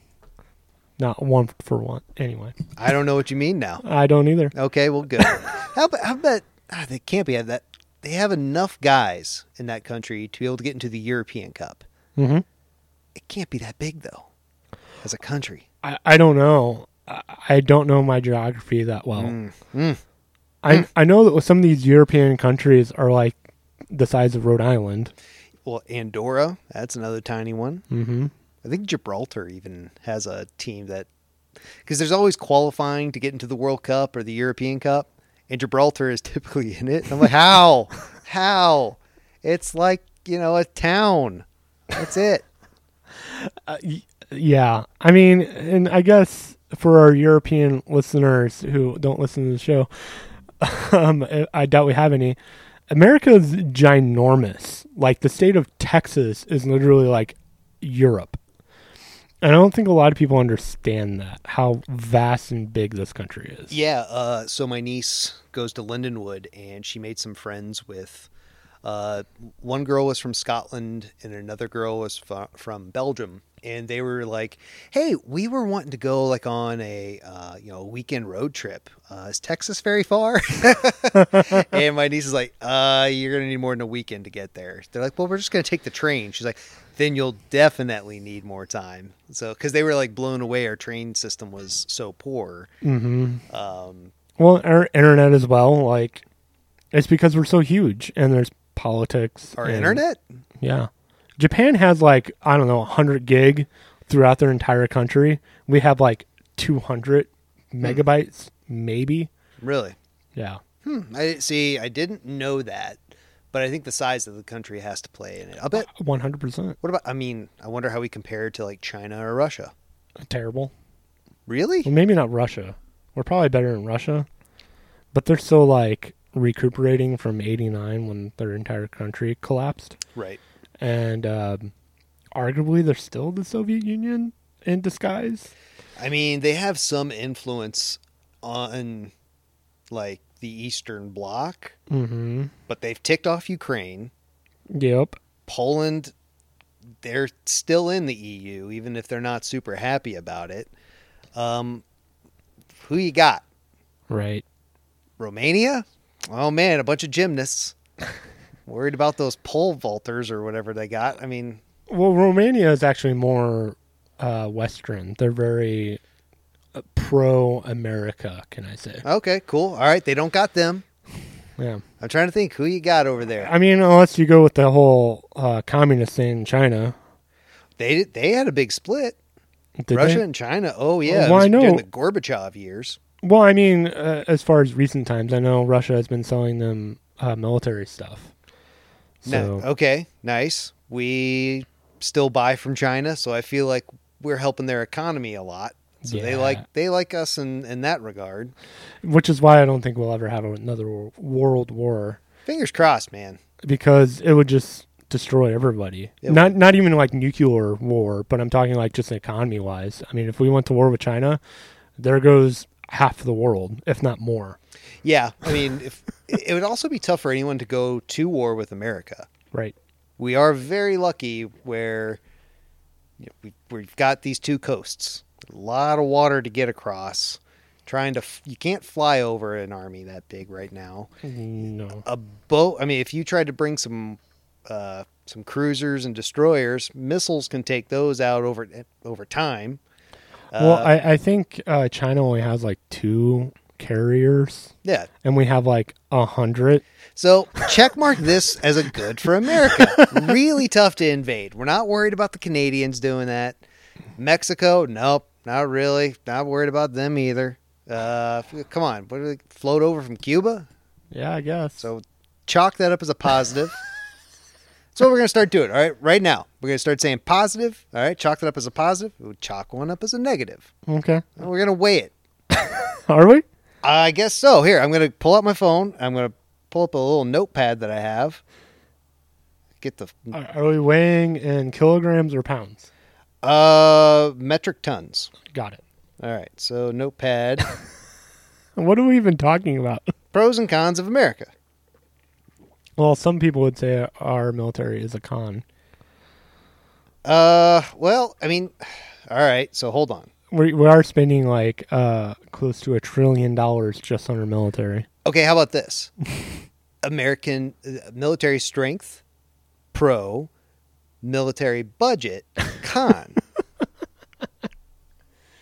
Speaker 2: not one for one. Anyway,
Speaker 1: I don't know what you mean now.
Speaker 2: I don't either.
Speaker 1: Okay, well, good. how about, how about ah, they can't be that. They have enough guys in that country to be able to get into the European Cup.
Speaker 2: Mm-hmm.
Speaker 1: It can't be that big though, as a country.
Speaker 2: I, I don't know. I, I don't know my geography that well.
Speaker 1: Mm.
Speaker 2: I I know that with some of these European countries are like the size of Rhode Island.
Speaker 1: Well, Andorra, that's another tiny one.
Speaker 2: Mm-hmm.
Speaker 1: I think Gibraltar even has a team that because there's always qualifying to get into the World Cup or the European Cup, and Gibraltar is *laughs* typically in it. And I'm like, how, how? It's like you know a town. That's it.
Speaker 2: Yeah, I mean, and I guess for our European listeners who don't listen to the show, *laughs* um, I- I doubt we have any. America's ginormous. Like the state of Texas is literally like Europe. And I don't think a lot of people understand that how vast and big this country is.
Speaker 1: Yeah. Uh, so my niece goes to Lindenwood, and she made some friends with. Uh, one girl was from Scotland, and another girl was f- from Belgium, and they were like, "Hey, we were wanting to go like on a uh, you know weekend road trip. Uh, is Texas very far?" *laughs* and my niece is like, "Uh, you're gonna need more than a weekend to get there." They're like, "Well, we're just gonna take the train." She's like, "Then you'll definitely need more time." So, because they were like blown away, our train system was so poor. Um,
Speaker 2: Well, our internet as well. Like it's because we're so huge, and there's politics.
Speaker 1: our
Speaker 2: and-
Speaker 1: internet?
Speaker 2: Yeah. Japan has like I don't know 100 gig throughout their entire country. We have like 200 megabytes maybe.
Speaker 1: Really?
Speaker 2: Yeah.
Speaker 1: Hmm. I see. I didn't know that, but I think the size of the country has to play in it. I bet.
Speaker 2: 100%.
Speaker 1: What about? I mean, I wonder how we compare to like China or Russia.
Speaker 2: Terrible. Well,
Speaker 1: Really?
Speaker 2: maybe not Russia. We're probably better in Russia, but they're still like recuperating from '89 when their entire country collapsed,
Speaker 1: Right.
Speaker 2: and um, arguably they're still the Soviet Union in disguise.
Speaker 1: I mean, they have some influence on like the Eastern Bloc,
Speaker 2: Mm-hmm.
Speaker 1: but they've ticked off Ukraine.
Speaker 2: Yep.
Speaker 1: Poland, they're still in the EU, even if they're not super happy about it. Um, who you got?
Speaker 2: Right.
Speaker 1: Romania? Oh man, a bunch of
Speaker 2: *laughs*
Speaker 1: gymnasts. Worried about those pole vaulters or whatever they got. I mean,
Speaker 2: Well, Romania is actually more uh, Western. They're very uh, pro-America, can I say?
Speaker 1: okay, cool. All right, they don't got them.
Speaker 2: Yeah.
Speaker 1: I'm trying to think who you got over there.
Speaker 2: I mean, unless you go with the whole uh, communist thing in China.
Speaker 1: They they had a big split.
Speaker 2: Did they?
Speaker 1: Russia and China. Oh yeah, it
Speaker 2: well,
Speaker 1: was
Speaker 2: I know-
Speaker 1: during the Gorbachev years.
Speaker 2: Well, I mean, uh, as far as recent times, I know Russia has been selling them uh, military stuff. So,
Speaker 1: No, okay, nice. We still buy from China, so I feel like we're helping their economy a lot. So they
Speaker 2: Yeah.
Speaker 1: like they like us in in that regard.
Speaker 2: which is why I don't think we'll ever have another wor- world war
Speaker 1: Fingers crossed, man.
Speaker 2: because it would just destroy everybody.
Speaker 1: It
Speaker 2: not not even like nuclear war, but I'm talking like just economy wise. I mean, if we went to war with China, there goes half the world, if not more.
Speaker 1: Yeah, I mean, if it would also be tough for anyone to go to war with America.
Speaker 2: Right.
Speaker 1: We are very lucky where you know, we, we've got these two coasts, a lot of water to get across. Trying to, f- you can't fly over an army that big right now.
Speaker 2: No.
Speaker 1: a boat. I mean, if you tried to bring some uh, some cruisers and destroyers, missiles can take those out over over time.
Speaker 2: well,
Speaker 1: Uh,
Speaker 2: I, I think uh, China only has like two carriers,
Speaker 1: yeah.
Speaker 2: and we have like a hundred.
Speaker 1: So checkmark this as a good for America. really tough to invade. We're not worried about the Canadians doing that. Mexico, nope, not really. Not worried about them either. Uh, come on, what do they float over from Cuba?
Speaker 2: Yeah, I guess.
Speaker 1: So chalk that up as a positive. That's what we're gonna start doing. All right, right now we're gonna start saying positive. All right, chalk that up as a positive. We'll chalk one up as a negative.
Speaker 2: Okay.
Speaker 1: And we're gonna weigh it.
Speaker 2: Are we?
Speaker 1: I guess so. Here, I'm gonna pull out my phone. I'm gonna pull up a little notepad that I have. Get the
Speaker 2: Are, are we weighing in kilograms or pounds?
Speaker 1: uh metric tons.
Speaker 2: Got it.
Speaker 1: All right, so notepad.
Speaker 2: What are we even talking about? *laughs*
Speaker 1: Pros and cons of America.
Speaker 2: Well, some people would say our military is a con.
Speaker 1: Uh, well, I mean, *sighs* all right. So hold on.
Speaker 2: We, we are spending like uh, close to a trillion dollars just on our military.
Speaker 1: Okay, how about this? American uh, military strength, pro, military *laughs* budget, con.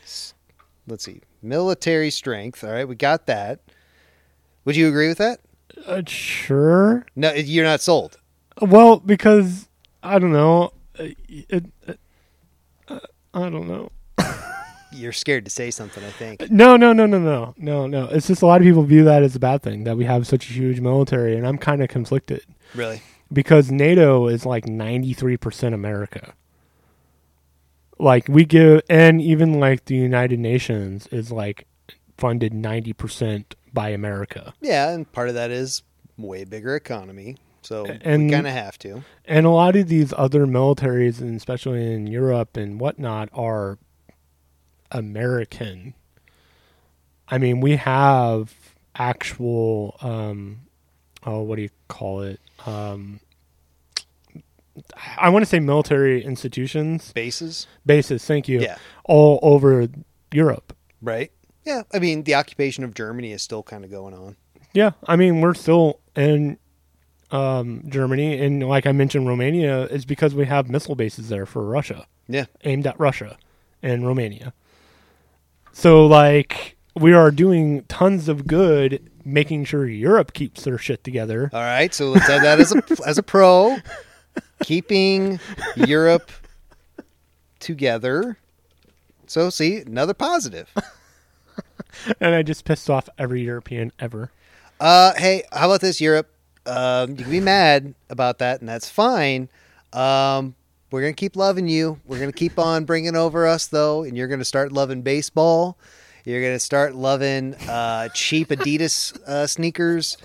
Speaker 1: S- Let's see. Military strength. All right, we got that. Would you agree with that?
Speaker 2: Uh, sure.
Speaker 1: No, you're not sold.
Speaker 2: Well, because I don't know. uh, It, it, uh, I don't know.
Speaker 1: You're scared to say something, I think.
Speaker 2: No, no, no, no, no, no, no. It's just a lot of people view that as a bad thing that we have such a huge military, and I'm kind of conflicted.
Speaker 1: Really?
Speaker 2: because NATO is like 93% America. Like we give and even like the United Nations is like funded 90% by America.
Speaker 1: Yeah, and part of that is way bigger economy. So
Speaker 2: And-
Speaker 1: we kind of have to.
Speaker 2: And a lot of these other militaries and especially in Europe and whatnot are American. I mean, we have actual um oh what do you call it? Um I want to say military institutions
Speaker 1: Bases,
Speaker 2: bases. Thank you.
Speaker 1: Yeah.
Speaker 2: All over Europe.
Speaker 1: right? Yeah, I mean, the occupation of Germany is still kind of going on.
Speaker 2: Yeah. I mean, we're still in um, Germany, and like I mentioned, Romania is because we have missile bases there for Russia,
Speaker 1: Yeah.
Speaker 2: aimed at Russia and Romania. So like we are doing tons of good,
Speaker 1: *laughs*
Speaker 2: making sure Europe keeps their shit together.
Speaker 1: All right, so let's have that as a as a pro. keeping Europe together. So, see, another positive.
Speaker 2: and I just pissed off every European ever.
Speaker 1: Uh, hey, how about this, Europe? Um, you can be mad about that, and that's fine. Um, we're gonna keep loving you. We're gonna keep on bringing over us, though, and you're gonna start loving baseball. You're gonna start loving uh, cheap Adidas uh, sneakers.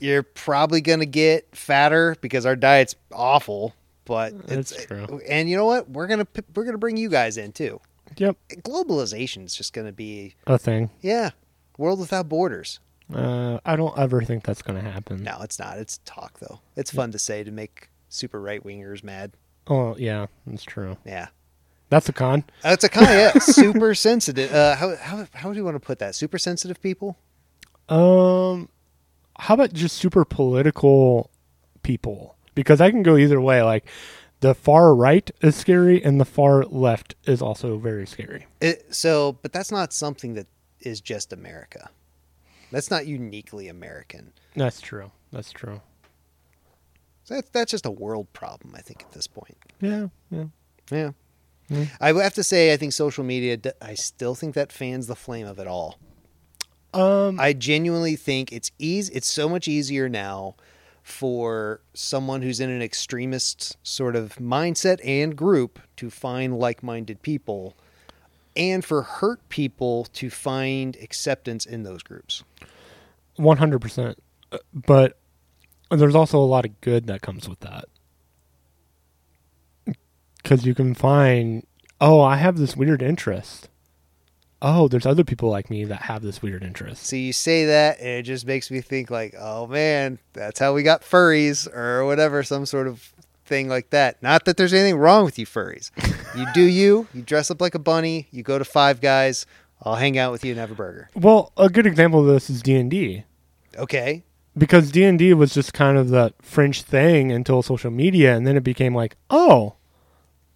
Speaker 1: You're probably gonna get fatter because our diet's awful. But
Speaker 2: That's
Speaker 1: it's,
Speaker 2: true.
Speaker 1: And you know what? We're gonna p- we're gonna bring you guys in too.
Speaker 2: Yep,
Speaker 1: Globalization's just gonna be
Speaker 2: a thing.
Speaker 1: yeah, world without borders.
Speaker 2: Uh, I don't ever think that's going to happen.
Speaker 1: No, it's not. It's talk though. It's fun to say to make super right wingers mad.
Speaker 2: Oh yeah, that's true.
Speaker 1: Yeah,
Speaker 2: That's a con.
Speaker 1: uh, it's a kind of yeah, super sensitive. Uh, how how how do you want to put that? Super sensitive people.
Speaker 2: Um, how about just super political people? Because I can go either way. Like the far right is scary, and the far left is also very scary.
Speaker 1: It, so, but that's not something that is just America. That's not uniquely American.
Speaker 2: That's true. That's true.
Speaker 1: So that's that's just a world problem, I think, at this point.
Speaker 2: Yeah, yeah.
Speaker 1: Yeah.
Speaker 2: Yeah.
Speaker 1: I would have to say, I think social media. d- I still think that fans the flame of it all.
Speaker 2: Um,
Speaker 1: I genuinely think it's easy. It's so much easier now for someone who's in an extremist sort of mindset and group to find like-minded people, and for hurt people to find acceptance in those groups.
Speaker 2: one hundred percent. Uh, But there's also a lot of good that comes with that. Because you can find, oh, I have this weird interest. Oh, there's other people like me that have this weird interest.
Speaker 1: So you say that, and it just makes me think like, oh man, that's how we got furries or whatever, some sort of thing like that. Not that there's anything wrong with you furries. you do you. You dress up like a bunny. You go to Five Guys. I'll hang out with you and have a burger.
Speaker 2: Well, a good example of this is D and D
Speaker 1: Okay.
Speaker 2: because D and D was just kind of the fringe thing until social media, and then it became like, oh,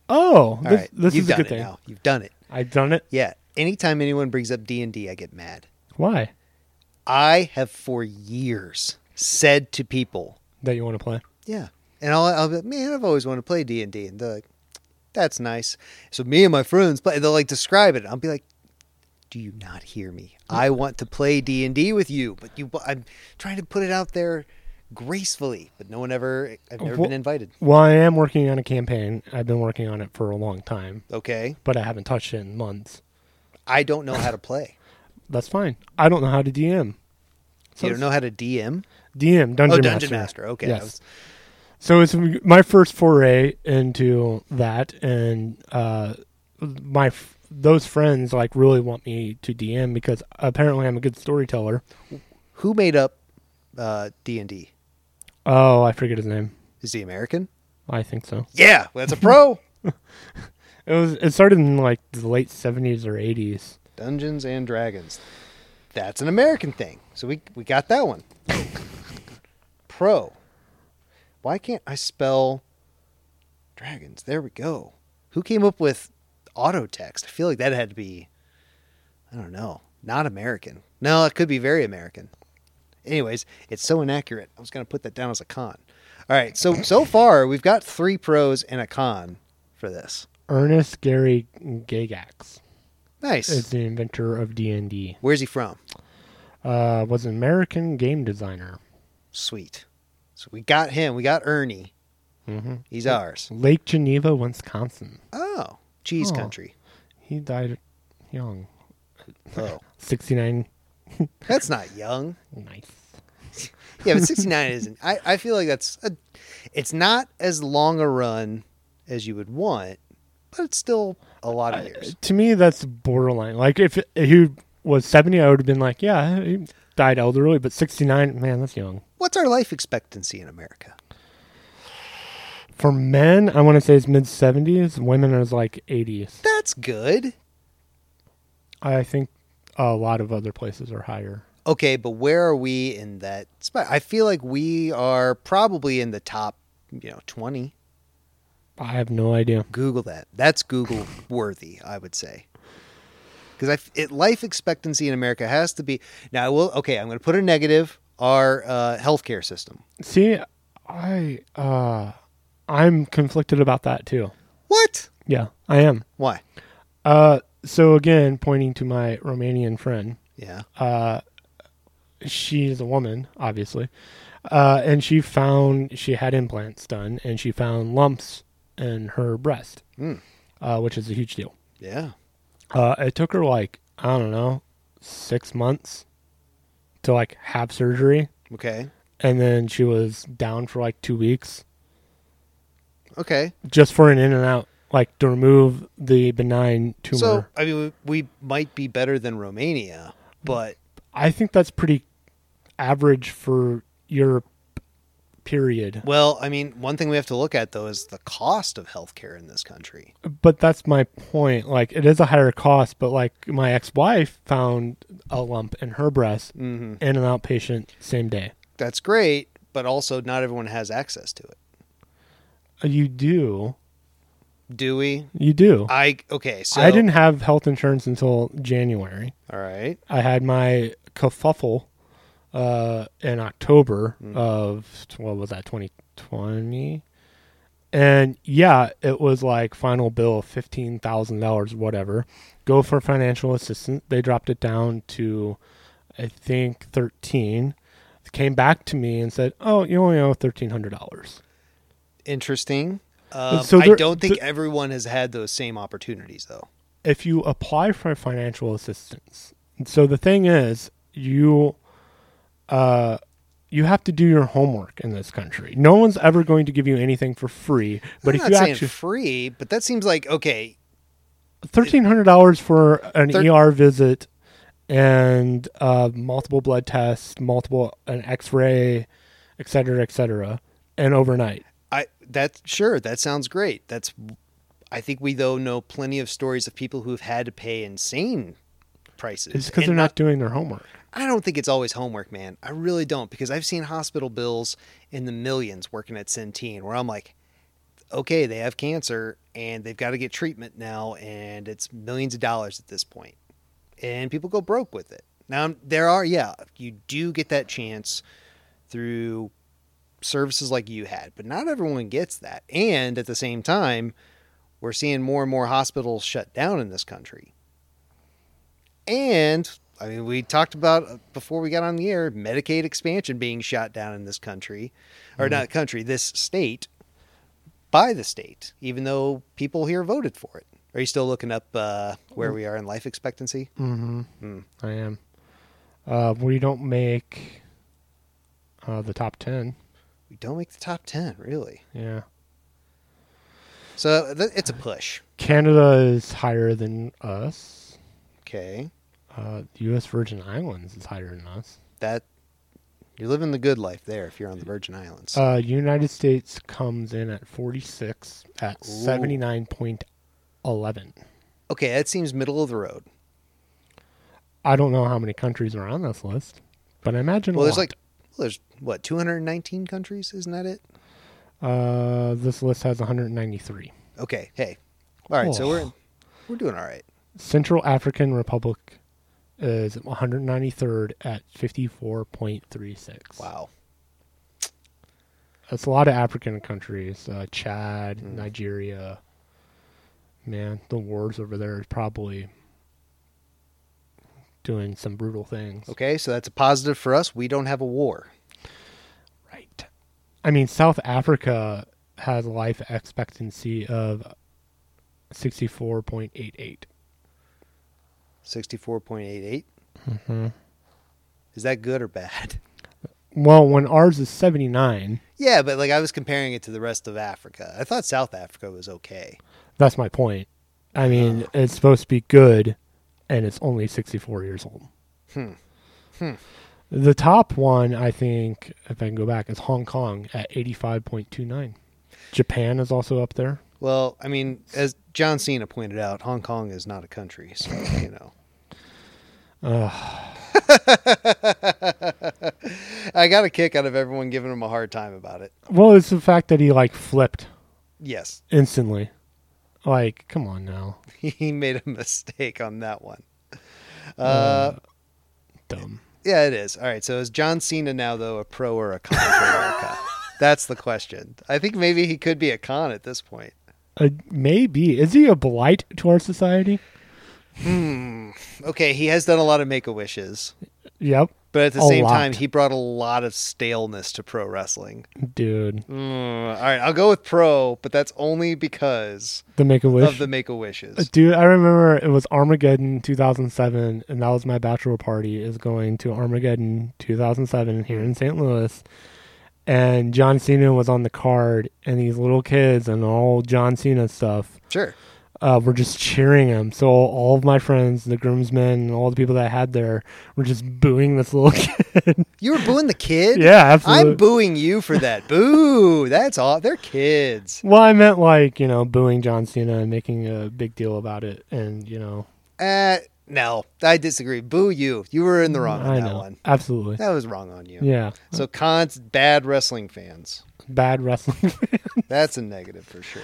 Speaker 2: oh,
Speaker 1: All
Speaker 2: this,
Speaker 1: right.
Speaker 2: this
Speaker 1: You've
Speaker 2: is a
Speaker 1: done
Speaker 2: good
Speaker 1: it
Speaker 2: thing.
Speaker 1: now. You've done it.
Speaker 2: I've done it.
Speaker 1: Yeah. Anytime anyone brings up D and D, I get mad.
Speaker 2: Why
Speaker 1: I have for years said to people,
Speaker 2: that you want to play?
Speaker 1: yeah, and I'll, I'll be like, man, I've always wanted to play D and D, and they're like, that's nice. So me and my friends play. They'll like describe it. I'll be like, do you not hear me? I want to play D and D with you, but you, I'm trying to put it out there gracefully, but no one ever. I've never
Speaker 2: Oh, Well-
Speaker 1: been invited.
Speaker 2: Well, I am working on a campaign. I've been working on it for a long time,
Speaker 1: Okay,
Speaker 2: but I haven't touched it in months.
Speaker 1: I don't know how to play.
Speaker 2: That's fine. I don't know how to DM. *laughs* So
Speaker 1: you don't know how to DM?
Speaker 2: DM dungeon,
Speaker 1: oh, dungeon master. Okay, I
Speaker 2: Yes.
Speaker 1: was-
Speaker 2: So it's my first foray into that, and uh, my f- those friends like really want me to DM because apparently I'm a good storyteller.
Speaker 1: who made up uh, D&D?
Speaker 2: Oh, I forget his name.
Speaker 1: Is he American?
Speaker 2: I think so.
Speaker 1: Yeah, that's a *laughs* pro.
Speaker 2: It was it started in like the late seventies or eighties.
Speaker 1: Dungeons and Dragons. That's an American thing. So we we got that one. pro. Why can't I spell dragons? There we go. Who came up with auto text? I feel like that had to be I don't know. Not American. No, it could be very American. Anyways, it's so inaccurate. I was going to put that down as a con. All right. So so far, we've got 3 pros and a con for this.
Speaker 2: Ernest Gary Gygax
Speaker 1: Nice.
Speaker 2: is the inventor of D and D.
Speaker 1: Where's he from?
Speaker 2: Uh, was an American game designer.
Speaker 1: Sweet. So we got him. We got Ernie.
Speaker 2: Mm-hmm.
Speaker 1: He's ours.
Speaker 2: Lake Geneva, Wisconsin.
Speaker 1: Oh, cheese
Speaker 2: Oh.
Speaker 1: *laughs* country.
Speaker 2: He died young,
Speaker 1: Oh,
Speaker 2: sixty nine.
Speaker 1: that's not young.
Speaker 2: Nice.
Speaker 1: *laughs* Yeah, but 69 isn't. I, I feel like that's a, it's not as long a run as you would want, but it's still a lot of years.
Speaker 2: to me that's borderline like if he was 70 i would have been like yeah he died elderly but 69 man that's young
Speaker 1: What's our life expectancy in America?
Speaker 2: for men i want to say it's mid 70s women is like 80s
Speaker 1: That's good.
Speaker 2: i think a lot of other places are higher
Speaker 1: Okay, but where are we in that spot? I feel like we are probably in the top, you know, 20.
Speaker 2: i have no idea
Speaker 1: Google that. That's
Speaker 2: *laughs*
Speaker 1: Google worthy, I would say. Because it life expectancy in America has to be now. I will okay. I'm going to put a negative. Our uh, healthcare system.
Speaker 2: see i uh I'm conflicted about that too.
Speaker 1: What?
Speaker 2: Yeah, I am.
Speaker 1: Why?
Speaker 2: Uh, so again, pointing to my Romanian friend,
Speaker 1: Yeah.
Speaker 2: she's a woman, obviously, uh, and she found she had implants done, and she found lumps in her breast,
Speaker 1: Mm.
Speaker 2: uh, which is a huge deal.
Speaker 1: Yeah.
Speaker 2: Uh, it took her like I don't know six months to like have surgery,
Speaker 1: Okay.
Speaker 2: and then she was down for like two weeks
Speaker 1: Okay.
Speaker 2: just for an in and out, like to remove the benign tumor.
Speaker 1: So I mean, we, we might be better than Romania, but
Speaker 2: I think that's pretty average for Europe. Period.
Speaker 1: well, I mean, one thing we have to look at though is the cost of healthcare in this country.
Speaker 2: But that's my point. Like, it is a higher cost, but like my ex-wife found a lump in her breast
Speaker 1: Mm-hmm.
Speaker 2: in an outpatient same day.
Speaker 1: That's great, but also not everyone has access to it.
Speaker 2: Uh, You do,
Speaker 1: Do we?
Speaker 2: you do.
Speaker 1: I okay. Uh, So
Speaker 2: I didn't have health insurance until January.
Speaker 1: All right.
Speaker 2: I had my kerfuffle uh, in October of what was that, 2020? And yeah, it was like final bill fifteen thousand dollars, whatever. Go for financial assistance. They dropped it down to, I think thirteen. Came back to me and said, "Oh, you only owe thirteen hundred dollars."
Speaker 1: Interesting. Um,
Speaker 2: So
Speaker 1: I
Speaker 2: there-
Speaker 1: don't think
Speaker 2: th-
Speaker 1: everyone has had those same opportunities though.
Speaker 2: if you apply for financial assistance. So the thing is, you uh you have to do your homework in this country. No one's ever going to give you anything for free. But
Speaker 1: I'm
Speaker 2: if
Speaker 1: not
Speaker 2: you
Speaker 1: saying
Speaker 2: actually
Speaker 1: free, but that seems like okay.
Speaker 2: thirteen hundred dollars for an
Speaker 1: Thir-
Speaker 2: ER visit and uh, multiple blood tests, multiple an X-ray, et cetera, et cetera, and overnight.
Speaker 1: I that sure that sounds great. That's I think we though know plenty of stories of people who've had to pay insane prices.
Speaker 2: It's because
Speaker 1: And
Speaker 2: they're not doing their homework.
Speaker 1: I don't think it's always homework, man. I really don't because I've seen hospital bills in the millions working at Centene where I'm like, okay, they have cancer and they've got to get treatment now, and it's millions of dollars at this point, and people go broke with it. Now I'm- there are, yeah, you do get that chance through services like you had, but not everyone gets that. And at the same time, we're seeing more and more hospitals shut down in this country. And I mean, we talked about uh, before we got on the air Medicaid expansion being shot down in this country, or not country, this state by the state, even though people here voted for it. Are you still looking up uh, where we are in life expectancy?
Speaker 2: Mm-hmm.
Speaker 1: Mm.
Speaker 2: I am. Uh, we don't make uh, the top ten.
Speaker 1: We don't make the top 10, really.
Speaker 2: Yeah,
Speaker 1: So th- it's a push.
Speaker 2: Canada is higher than us.
Speaker 1: Okay.
Speaker 2: Uh, the U.S. Virgin Islands is higher than us.
Speaker 1: That you're living the good life there if you're on the Virgin Islands.
Speaker 2: Uh, United States comes in at forty-six at
Speaker 1: Ooh.
Speaker 2: seventy-nine point eleven.
Speaker 1: okay, that seems middle of the road.
Speaker 2: I don't know how many countries are on this list, but I imagine. a
Speaker 1: Well, there's
Speaker 2: lot.
Speaker 1: like, well, there's what, 219 countries? Isn't that it?
Speaker 2: uh, this list has one hundred ninety-three.
Speaker 1: Okay. Hey. All right. So
Speaker 2: Oh.
Speaker 1: we're we're doing all right.
Speaker 2: Central African Republic is 193rd at 54.36.
Speaker 1: Wow.
Speaker 2: That's a lot of African countries. Uh, Chad, Nigeria. Man, the wars over there is probably doing some brutal things.
Speaker 1: Okay. So that's a positive for us. We don't have a war.
Speaker 2: Right. I mean, South Africa has a life expectancy of 64.88.
Speaker 1: 64.88. Is that good or bad? *laughs*
Speaker 2: Well, when ours is 79,
Speaker 1: Yeah, but like I was comparing it to the rest of Africa. I thought South Africa was okay.
Speaker 2: That's my point. I mean, it's supposed to be good, and it's only 64 years old.
Speaker 1: Hmm. Hmm.
Speaker 2: The top one, I think, if I can go back, is Hong Kong at 85.29. Japan is also up there.
Speaker 1: Well, I mean, as John Cena pointed out, Hong Kong is not a country, so you know. *laughs* I got a kick out of everyone giving him a hard time about it.
Speaker 2: Well, it's the fact that he, like, flipped
Speaker 1: Yes, *laughs*
Speaker 2: instantly. Like, come on now.
Speaker 1: he made a mistake on that one.
Speaker 2: Dumb. *laughs*
Speaker 1: Yeah, it is. All right. So is John Cena now though a pro or a con for America? That's the question. I think maybe he could be a con at this point.
Speaker 2: Uh, maybe is he a blight to our society?
Speaker 1: Okay, he has done a lot of make a wishes,
Speaker 2: Yep,
Speaker 1: but at the
Speaker 2: A
Speaker 1: same
Speaker 2: lot.
Speaker 1: time, he brought a lot of staleness to pro wrestling.
Speaker 2: dude.
Speaker 1: Mm, all right, I'll go with pro, but that's only because
Speaker 2: The Make a
Speaker 1: of
Speaker 2: Wish. Uh,
Speaker 1: the make a wishes.
Speaker 2: Dude, I remember it was Armageddon 2007, and that was my bachelor party. Is going to Armageddon 2007 here in St. Louis, and John Cena was on the card, and these little kids and all John Cena stuff
Speaker 1: Sure.
Speaker 2: uh, were just cheering him. So all of my friends, the groomsmen, and all the people that I had there were just booing this little *laughs*
Speaker 1: *laughs*
Speaker 2: kid.
Speaker 1: You were booing the kid?
Speaker 2: yeah, absolutely.
Speaker 1: I'm booing you for
Speaker 2: *laughs*
Speaker 1: that. Boo! That's all. They're kids.
Speaker 2: well, I meant like you know booing John Cena and making a big deal about it, and you know
Speaker 1: Uh, no, I disagree. Boo you. You were in the wrong on
Speaker 2: I
Speaker 1: that
Speaker 2: know
Speaker 1: one.
Speaker 2: absolutely.
Speaker 1: That was wrong on you.
Speaker 2: Yeah,
Speaker 1: So cons bad wrestling fans.
Speaker 2: bad wrestling. *laughs*
Speaker 1: That's a negative for sure.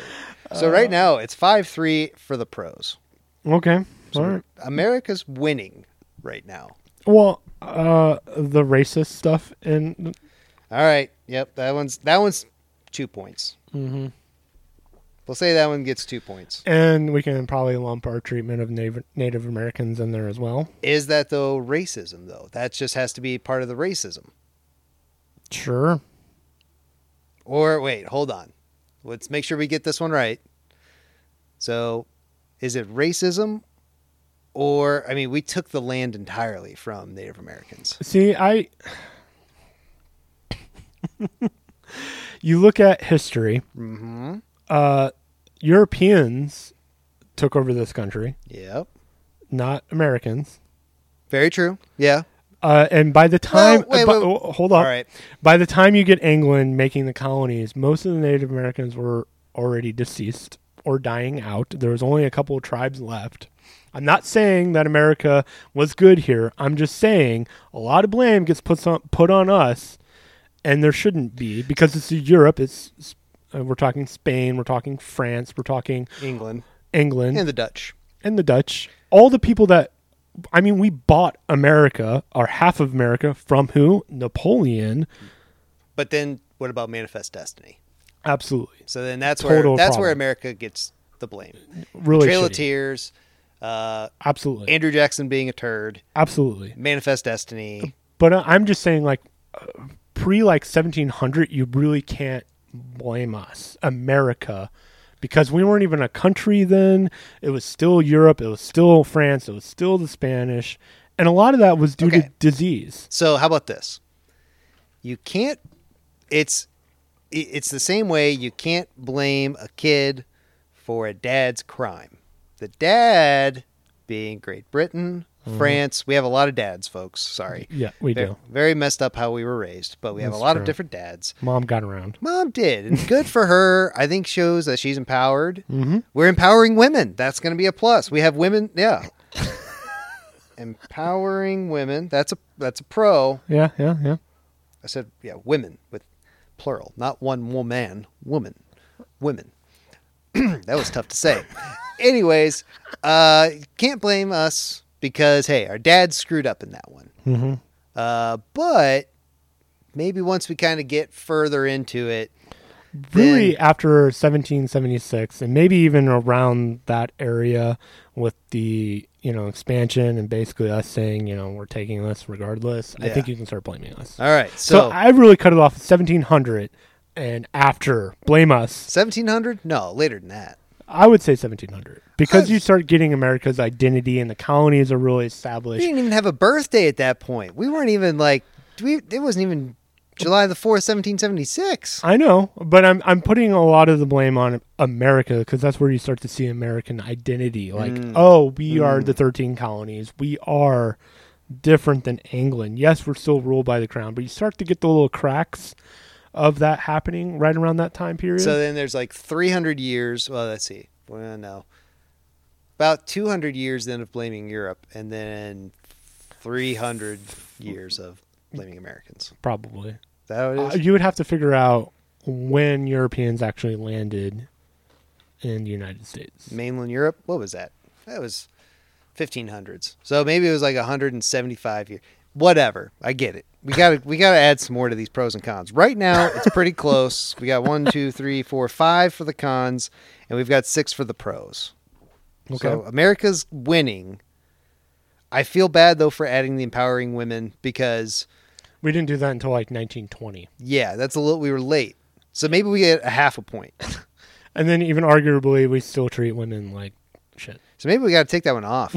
Speaker 1: So right now it's five three for the pros.
Speaker 2: Okay.
Speaker 1: So
Speaker 2: All right.
Speaker 1: America's winning right now.
Speaker 2: Well, uh, the racist stuff and
Speaker 1: All right. Yep. That one's that one's two points.
Speaker 2: Mhm.
Speaker 1: We'll say that one gets two points.
Speaker 2: and we can probably lump our treatment of Native Native Americans in there as well.
Speaker 1: Is that though racism though? That just has to be part of the racism.
Speaker 2: Sure.
Speaker 1: Or wait, hold on. Let's make sure we get this one right. So, is it racism or I mean, we took the land entirely from Native Americans.
Speaker 2: See, I. you look at history.
Speaker 1: Mm-hmm.
Speaker 2: Uh, Europeans took over this country,
Speaker 1: Yep.
Speaker 2: not Americans.
Speaker 1: Very true. Yeah.
Speaker 2: Uh, and by the time,
Speaker 1: wait,
Speaker 2: but-
Speaker 1: wait, wait.
Speaker 2: oh, hold on.
Speaker 1: All right.
Speaker 2: By the time you get England making the colonies, most of the Native Americans were already deceased or dying out. There was only a couple of tribes left. I'm not saying that America was good here. I'm just saying a lot of blame gets put on put on us, and there shouldn't be because it's Europe. It's it's- uh, we're talking Spain, we're talking France, we're talking
Speaker 1: England
Speaker 2: England
Speaker 1: and the Dutch.
Speaker 2: and the Dutch, all the people that I mean, we bought America or half of America from who? Napoleon.
Speaker 1: But then what about Manifest Destiny?
Speaker 2: Absolutely.
Speaker 1: So then that's
Speaker 2: Total
Speaker 1: where that's where
Speaker 2: problem.
Speaker 1: America gets the blame.
Speaker 2: Really.
Speaker 1: Trail of
Speaker 2: shitty.
Speaker 1: Tears, uh,
Speaker 2: Absolutely.
Speaker 1: Andrew Jackson being a turd,
Speaker 2: Absolutely.
Speaker 1: Manifest Destiny.
Speaker 2: But uh, I'm just saying like uh, pre like 1700 you really can't blame us America because we weren't even a country then. It was still Europe, it was still France, it was still the Spanish. And a lot of that was due
Speaker 1: Okay.
Speaker 2: to disease.
Speaker 1: So how about this? You can't. It's i- it's the same way you can't blame a kid for a dad's crime. The dad being Great Britain,
Speaker 2: Mm-hmm.
Speaker 1: France. We have a lot of dads, folks. Sorry.
Speaker 2: Yeah, we
Speaker 1: Very,
Speaker 2: do.
Speaker 1: very messed up how we were raised, but we have
Speaker 2: That's
Speaker 1: a lot
Speaker 2: true.
Speaker 1: of different dads.
Speaker 2: Mom got around.
Speaker 1: Mom did, and good for
Speaker 2: *laughs*
Speaker 1: her. I think shows that she's empowered. Mm-hmm. We're empowering women. That's going to be a plus. We have women,
Speaker 2: *laughs*
Speaker 1: yeah. empowering women. That's a that's a pro.
Speaker 2: Yeah, yeah, yeah.
Speaker 1: I said, yeah, women with plural, not one woman, woman, women. *clears throat* that was tough to say. Anyways, uh, can't blame us because hey, our dad screwed up in that one.
Speaker 2: Mhm.
Speaker 1: Uh, but maybe once we kind of get further into it,
Speaker 2: really
Speaker 1: then-
Speaker 2: after 1776 and maybe even around that area with the you know expansion and basically us saying you know we're taking this regardless i
Speaker 1: Yeah.
Speaker 2: think you can start blaming us
Speaker 1: all right.
Speaker 2: so,
Speaker 1: So,
Speaker 2: i really cut it off at 1700 and after blame us
Speaker 1: seventeen hundred? No, later than that.
Speaker 2: i would say 1700 because
Speaker 1: I-
Speaker 2: you start getting america's identity and the colonies are really
Speaker 1: We
Speaker 2: established
Speaker 1: didn't even have a birthday at that point. We weren't even like we. It wasn't even July the fourth, seventeen seventy six.
Speaker 2: I know, but I'm I'm putting a lot of the blame on America because that's where you start to see American identity. Like,
Speaker 1: Mm.
Speaker 2: oh, we are the 13 colonies. We are different than England. Yes, we're still ruled by the crown, but you start to get the little cracks of that happening right around that time period.
Speaker 1: So then there's like 300 years. Well, let's see. Well, no. About 200 years then of blaming Europe, and then 300 years of blaming Americans. Is
Speaker 2: Probably.
Speaker 1: that
Speaker 2: Uh,
Speaker 1: what it is?
Speaker 2: you would have to figure out when Europeans actually landed in the United States.
Speaker 1: Mainland Europe? What was that? That was 1500s. So maybe it was like 175 years. whatever. I get it. We gotta we gotta add some more to these pros and cons. Right now, it's pretty close. We got one, two, three, four, five for the cons, and we've got six for the pros. So
Speaker 2: Okay.
Speaker 1: America's winning. I feel bad though for adding the empowering women because
Speaker 2: We didn't do that until like 1920.
Speaker 1: yeah, that's a little we were late. So maybe we get a half a point.
Speaker 2: And then even arguably, we still treat women like shit.
Speaker 1: So maybe we got to take that one off.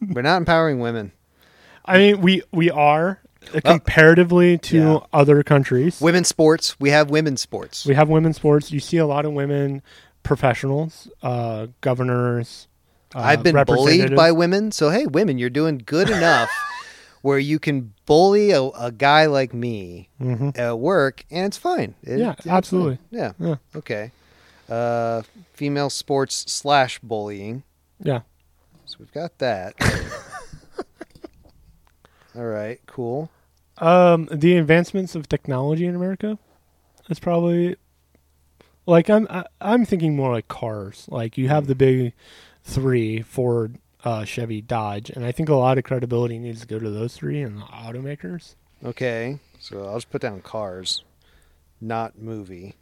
Speaker 1: we're not empowering women.
Speaker 2: I mean, we we are uh, comparatively to
Speaker 1: yeah.
Speaker 2: other countries.
Speaker 1: Women's sports. We have women's sports.
Speaker 2: We have women's sports. You see a lot of women professionals, uh, governors. Uh,
Speaker 1: I've been bullied
Speaker 2: representatives.
Speaker 1: by women. So, hey, women, you're doing good
Speaker 2: *laughs*
Speaker 1: enough where you can bully a, a guy like me at work, and it's fine. It-
Speaker 2: Mm-hmm. Yeah,
Speaker 1: it's
Speaker 2: absolutely.
Speaker 1: fine. Yeah.
Speaker 2: Yeah.
Speaker 1: Okay. Uh, female sports slash bullying.
Speaker 2: Yeah.
Speaker 1: So we've got
Speaker 2: *laughs*
Speaker 1: that. All right. Cool.
Speaker 2: Um, the advancements of technology in America is probably like I'm I, I'm thinking more like cars. Like you have the big three Ford, uh, Chevy, Dodge, and I think a lot of credibility needs to go to those three and the automakers.
Speaker 1: Okay. So I'll just put down cars, not movie.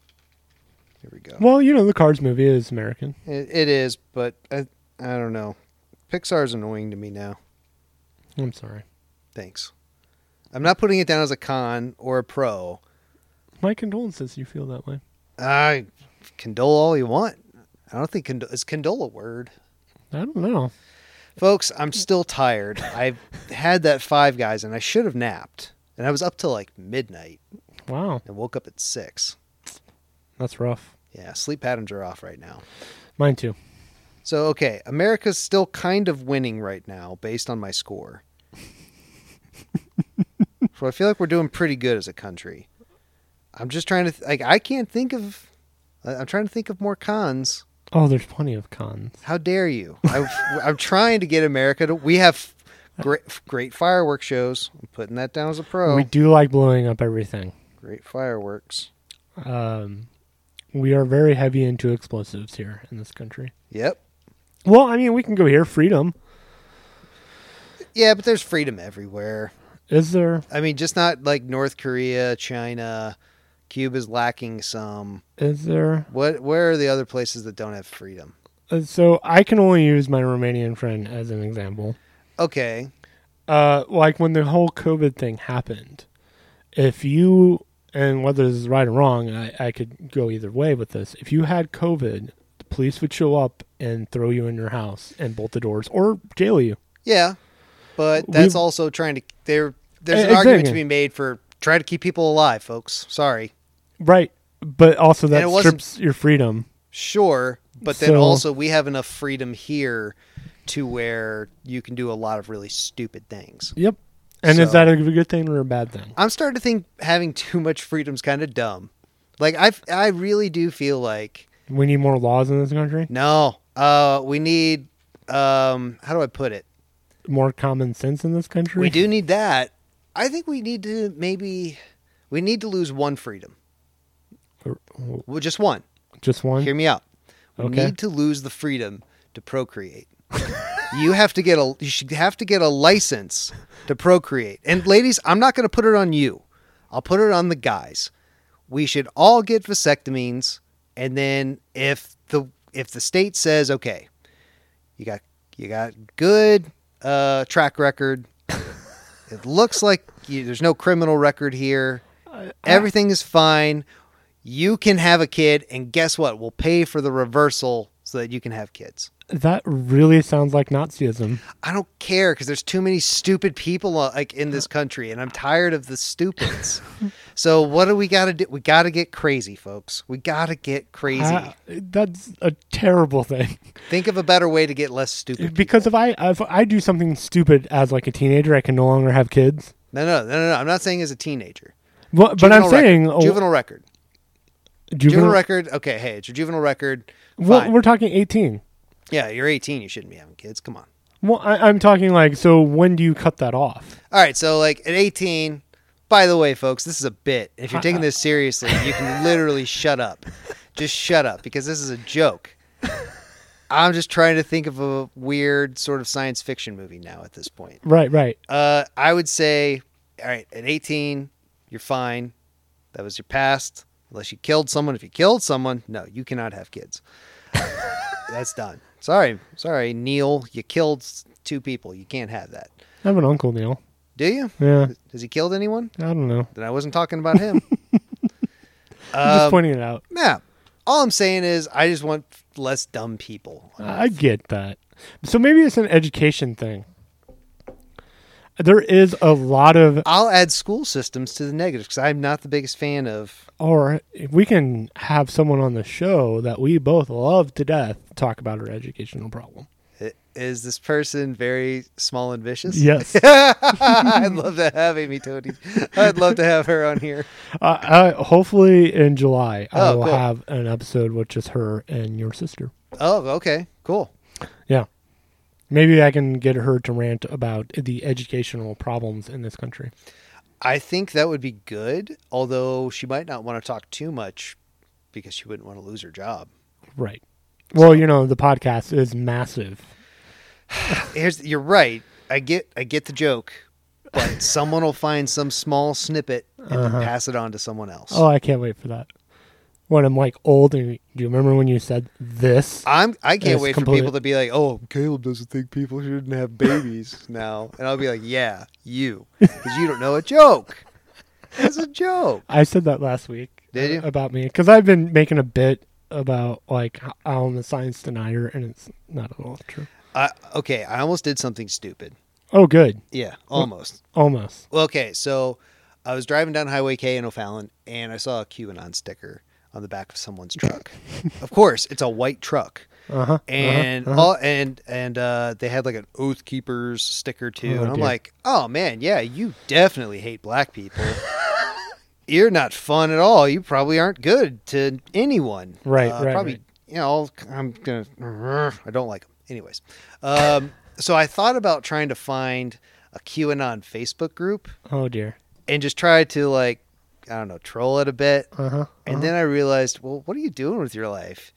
Speaker 1: Here we go.
Speaker 2: Well, you know the Cars movie is American.
Speaker 1: It, it is, but I, I don't know. Pixar's annoying to me now.
Speaker 2: I'm sorry,
Speaker 1: Thanks. I'm not putting it down as a con or a pro.
Speaker 2: my condolences. You feel that way?
Speaker 1: I condole all you want. I don't think condole is condole a word.
Speaker 2: I don't know.
Speaker 1: Folks, I'm still tired. I've had that five guys and I should have napped. And I was up till like midnight
Speaker 2: Wow,
Speaker 1: and woke up at six.
Speaker 2: that's rough.
Speaker 1: Yeah, sleep patterns are off right now.
Speaker 2: Mine too.
Speaker 1: So okay, America's still kind of winning right now based on my score. so I feel like we're doing pretty good as a country. I'm just trying to th- like I can't think of. I- I'm trying to think of more cons.
Speaker 2: Oh, there's plenty of cons.
Speaker 1: How dare you? I, I'm trying to get America to. We have great great fireworks shows. I'm putting that down as a pro.
Speaker 2: We do like blowing up everything.
Speaker 1: great fireworks.
Speaker 2: Um, we are very heavy into explosives here in this country.
Speaker 1: Yep.
Speaker 2: Well, I mean, we can go here. Freedom
Speaker 1: Yeah, but there's freedom everywhere.
Speaker 2: is there?
Speaker 1: I mean, just not like North Korea, China, Cuba's lacking some.
Speaker 2: Is there?
Speaker 1: What? Where are the other places that don't have freedom?
Speaker 2: uh, So I can only use my Romanian friend as an example.
Speaker 1: Okay,
Speaker 2: Uh, like when the whole COVID thing happened, if you and whether this is right or wrong, I, I could go either way with this. If you had COVID, the police would show up and throw you in your house and bolt the doors or jail you.
Speaker 1: yeah, but that's
Speaker 2: We've-
Speaker 1: also trying to. There, there's
Speaker 2: Eh,
Speaker 1: an argument to
Speaker 2: exactly.
Speaker 1: be made for try to keep people alive, folks. Sorry,
Speaker 2: Right, but also
Speaker 1: it
Speaker 2: that
Speaker 1: wasn't-
Speaker 2: strips your freedom.
Speaker 1: sure, but then
Speaker 2: So-
Speaker 1: also we have enough freedom here to where you can do a lot of really stupid things.
Speaker 2: Yep. And is
Speaker 1: So-
Speaker 2: that a good thing or a bad thing?
Speaker 1: I'm starting to think having *laughs* too much freedom's kind of dumb. Like I, I really do feel like
Speaker 2: We need more laws in this country,
Speaker 1: no, uh, we need, um, how do I put it?
Speaker 2: more common sense in this country.
Speaker 1: We do need that. I think we need to maybe we need to lose one freedom.
Speaker 2: Or- or
Speaker 1: Well, just one.
Speaker 2: Uh, Just one.
Speaker 1: Hear me out. We
Speaker 2: Okay.
Speaker 1: need to lose the freedom to procreate. *laughs* you have to get a you should have to get a license to procreate. And ladies, I'm not going to put it on you. I'll put it on the guys. We should all get vasectomies and then if the if the state says okay, you got you got good uh, track record. *laughs* it looks like you, there's no criminal record here. Everything is fine. You can have a kid, and guess what? We'll pay for the reversal so that you can have kids.
Speaker 2: That really sounds like Nazism.
Speaker 1: I don't care because there's too many stupid people uh, like in this country, and I'm tired of the
Speaker 2: *laughs*
Speaker 1: stupids. so what do we got to do? We got to get crazy, folks. We got to get crazy.
Speaker 2: I- that's a terrible thing.
Speaker 1: Think of a better way to get less stupid.
Speaker 2: Because if I if I do something stupid as like a teenager, I can no longer have kids.
Speaker 1: No, no, no, no, no. I'm not saying as a teenager.
Speaker 2: Well, but I'm
Speaker 1: Juvenile record.
Speaker 2: saying oh,
Speaker 1: juvenile record.
Speaker 2: juvenile-
Speaker 1: Juvenile record. Okay, hey, it's your juvenile record.
Speaker 2: Well,
Speaker 1: Fine.
Speaker 2: we're talking 18.
Speaker 1: yeah, you're 18. You shouldn't be having kids. Come on.
Speaker 2: Well, I, I'm talking like so. When do you cut that off?
Speaker 1: All right, so like at 18, by the way, folks, this is a bit. If you're taking this seriously, you can literally shut up. Just shut up because this is a joke. I'm just trying to think of a weird sort of science fiction movie now at this point.
Speaker 2: Right, right.
Speaker 1: Uh, I would say, all right, at 18, you're fine. That was your past. Unless you killed someone. If you killed someone, no, you cannot have kids. That's done. Sorry, sorry, Neil. You killed s- two people. You can't have that.
Speaker 2: I have an uncle, Neil.
Speaker 1: Do you?
Speaker 2: Yeah,
Speaker 1: Has he killed anyone?
Speaker 2: I don't know.
Speaker 1: Then I wasn't talking about him.
Speaker 2: I'm
Speaker 1: uh,
Speaker 2: just pointing it out.
Speaker 1: yeah. All I'm saying is, I just want less dumb people.
Speaker 2: I get that. So maybe it's an education thing. There is a lot of,
Speaker 1: I'll add school systems to the negatives because I'm not the biggest fan of.
Speaker 2: or if we can have someone on the show that we both love to death talk about our educational problem.
Speaker 1: i- Is this person very small and vicious?
Speaker 2: Yes.
Speaker 1: *laughs* I'd love to have Amy Tony. I'd love to have her on here.
Speaker 2: uh, uh, hopefully in July, I
Speaker 1: Oh,
Speaker 2: will
Speaker 1: cool.
Speaker 2: have an episode with just her and your sister.
Speaker 1: Oh, okay, cool.
Speaker 2: Yeah. Maybe I can get her to rant about the educational problems in this country.
Speaker 1: I think that would be good. Although she might not want to talk too much because she wouldn't want to lose her job.
Speaker 2: Right. Well, you know, the podcast is massive.
Speaker 1: Here's you're right. I get I get the joke,
Speaker 2: *laughs*
Speaker 1: but someone will find some small snippet and then pass it on to someone else.
Speaker 2: Uh-huh. Oh, I can't wait for that. When I'm like old and do you remember when you said this?
Speaker 1: I'm I can't
Speaker 2: It's
Speaker 1: wait
Speaker 2: complete-
Speaker 1: for people to be like, "Oh, Caleb doesn't think people shouldn't have babies *laughs* now," and I'll be like, "Yeah, you, because you don't know a joke. It's a joke."
Speaker 2: I said that last week.
Speaker 1: Did you?
Speaker 2: About me cuz I've been making a bit about like how I'm a science denier and it's not at all true.
Speaker 1: I, okay, I almost did something stupid.
Speaker 2: Oh, good.
Speaker 1: Yeah, almost.
Speaker 2: Almost.
Speaker 1: Well, okay, so I was driving down Highway K in O'Fallon, and I saw a QAnon sticker on the back of someone's
Speaker 2: *laughs*
Speaker 1: truck. of course, it's a white truck.
Speaker 2: Uh-huh.
Speaker 1: and
Speaker 2: uh-huh, uh-huh.
Speaker 1: all- and and uh, they had like an Oath Keepers sticker too,
Speaker 2: Oh,
Speaker 1: and I'm
Speaker 2: dear.
Speaker 1: like, oh man, yeah, you definitely hate black
Speaker 2: *laughs*
Speaker 1: people. You're not fun at all. You probably aren't good to anyone.
Speaker 2: Right,
Speaker 1: Uh,
Speaker 2: right,
Speaker 1: Probably,
Speaker 2: right.
Speaker 1: you know, I'll- I'm gonna. I don't like them. Anyways, um, so I thought about trying to find a QAnon Facebook group
Speaker 2: Oh dear.
Speaker 1: and just try to like, I don't know, troll it a bit.
Speaker 2: Uh-huh.
Speaker 1: And then I realized, well, what are you doing with your life?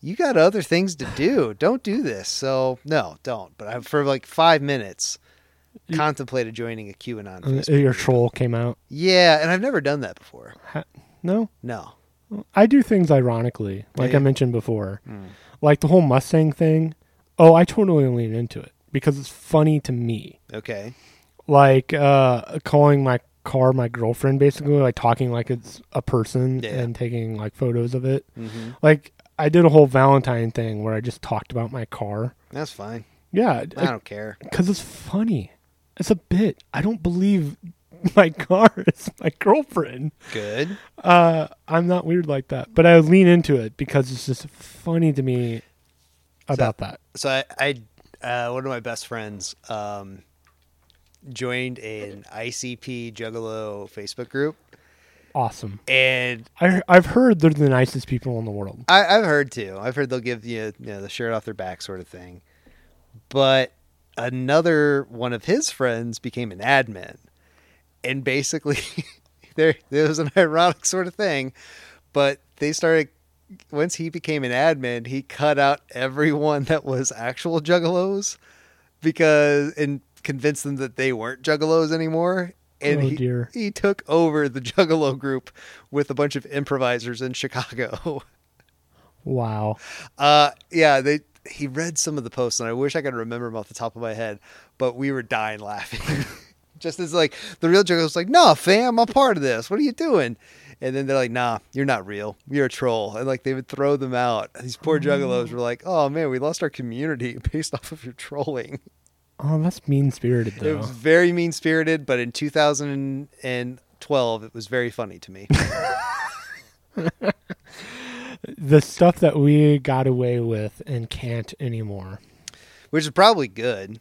Speaker 1: You got other things to do. Don't do this. So no, don't. But I, for like five minutes, contemplated joining a QAnon.
Speaker 2: Uh,
Speaker 1: Facebook.
Speaker 2: Your troll came out.
Speaker 1: Yeah, and I've never done that before.
Speaker 2: Ha- No.
Speaker 1: No.
Speaker 2: I do things ironically, like
Speaker 1: Yeah. Hmm.
Speaker 2: I mentioned before. Like the whole Mustang thing. Oh, I totally lean into it because it's funny to me.
Speaker 1: Okay.
Speaker 2: Like uh, calling my car my girlfriend, basically, like talking like it's a person
Speaker 1: Yeah.
Speaker 2: and taking like photos of it.
Speaker 1: hmm
Speaker 2: Like I did a whole Valentine thing where I just talked about my car.
Speaker 1: That's fine.
Speaker 2: Yeah,
Speaker 1: I don't care.
Speaker 2: because it's funny. It's a bit. I don't believe *laughs* my car is my girlfriend.
Speaker 1: Good.
Speaker 2: Uh, I'm not weird like that, but I lean into it because it's just funny to me about that.
Speaker 1: So I, I uh, one of my best friends um, joined an ICP Juggalo Facebook group,
Speaker 2: Awesome.
Speaker 1: and
Speaker 2: I I've heard they're the nicest people in the world.
Speaker 1: I, I've heard too. I've heard they'll give you, you know, the shirt off their back sort of thing. But another one of his friends became an admin, and basically, *laughs* there there was an ironic sort of thing. But they started once he became an admin, he cut out everyone that was actual juggalos because and convinced them that they weren't juggalos anymore. And
Speaker 2: Oh,
Speaker 1: he,
Speaker 2: dear.
Speaker 1: he took over the juggalo group with a bunch of improvisers in Chicago. *laughs*
Speaker 2: Wow.
Speaker 1: Uh, yeah, they he read some of the posts, and I wish I could remember them off the top of my head, but we were dying laughing. *laughs* Just as like the real joke was like, "Nah, fam, I'm part of this. What are you doing?" And then they're like, "Nah, you're not real. You're a troll." And like they would throw them out. These poor juggalos were like, "Oh man, we lost our community *laughs* based off of your trolling."
Speaker 2: Oh, that's mean spirited
Speaker 1: It
Speaker 2: though.
Speaker 1: was very mean spirited, but in 2012, it was very funny to me.
Speaker 2: The stuff that we got away with and can't anymore.
Speaker 1: Which is probably good.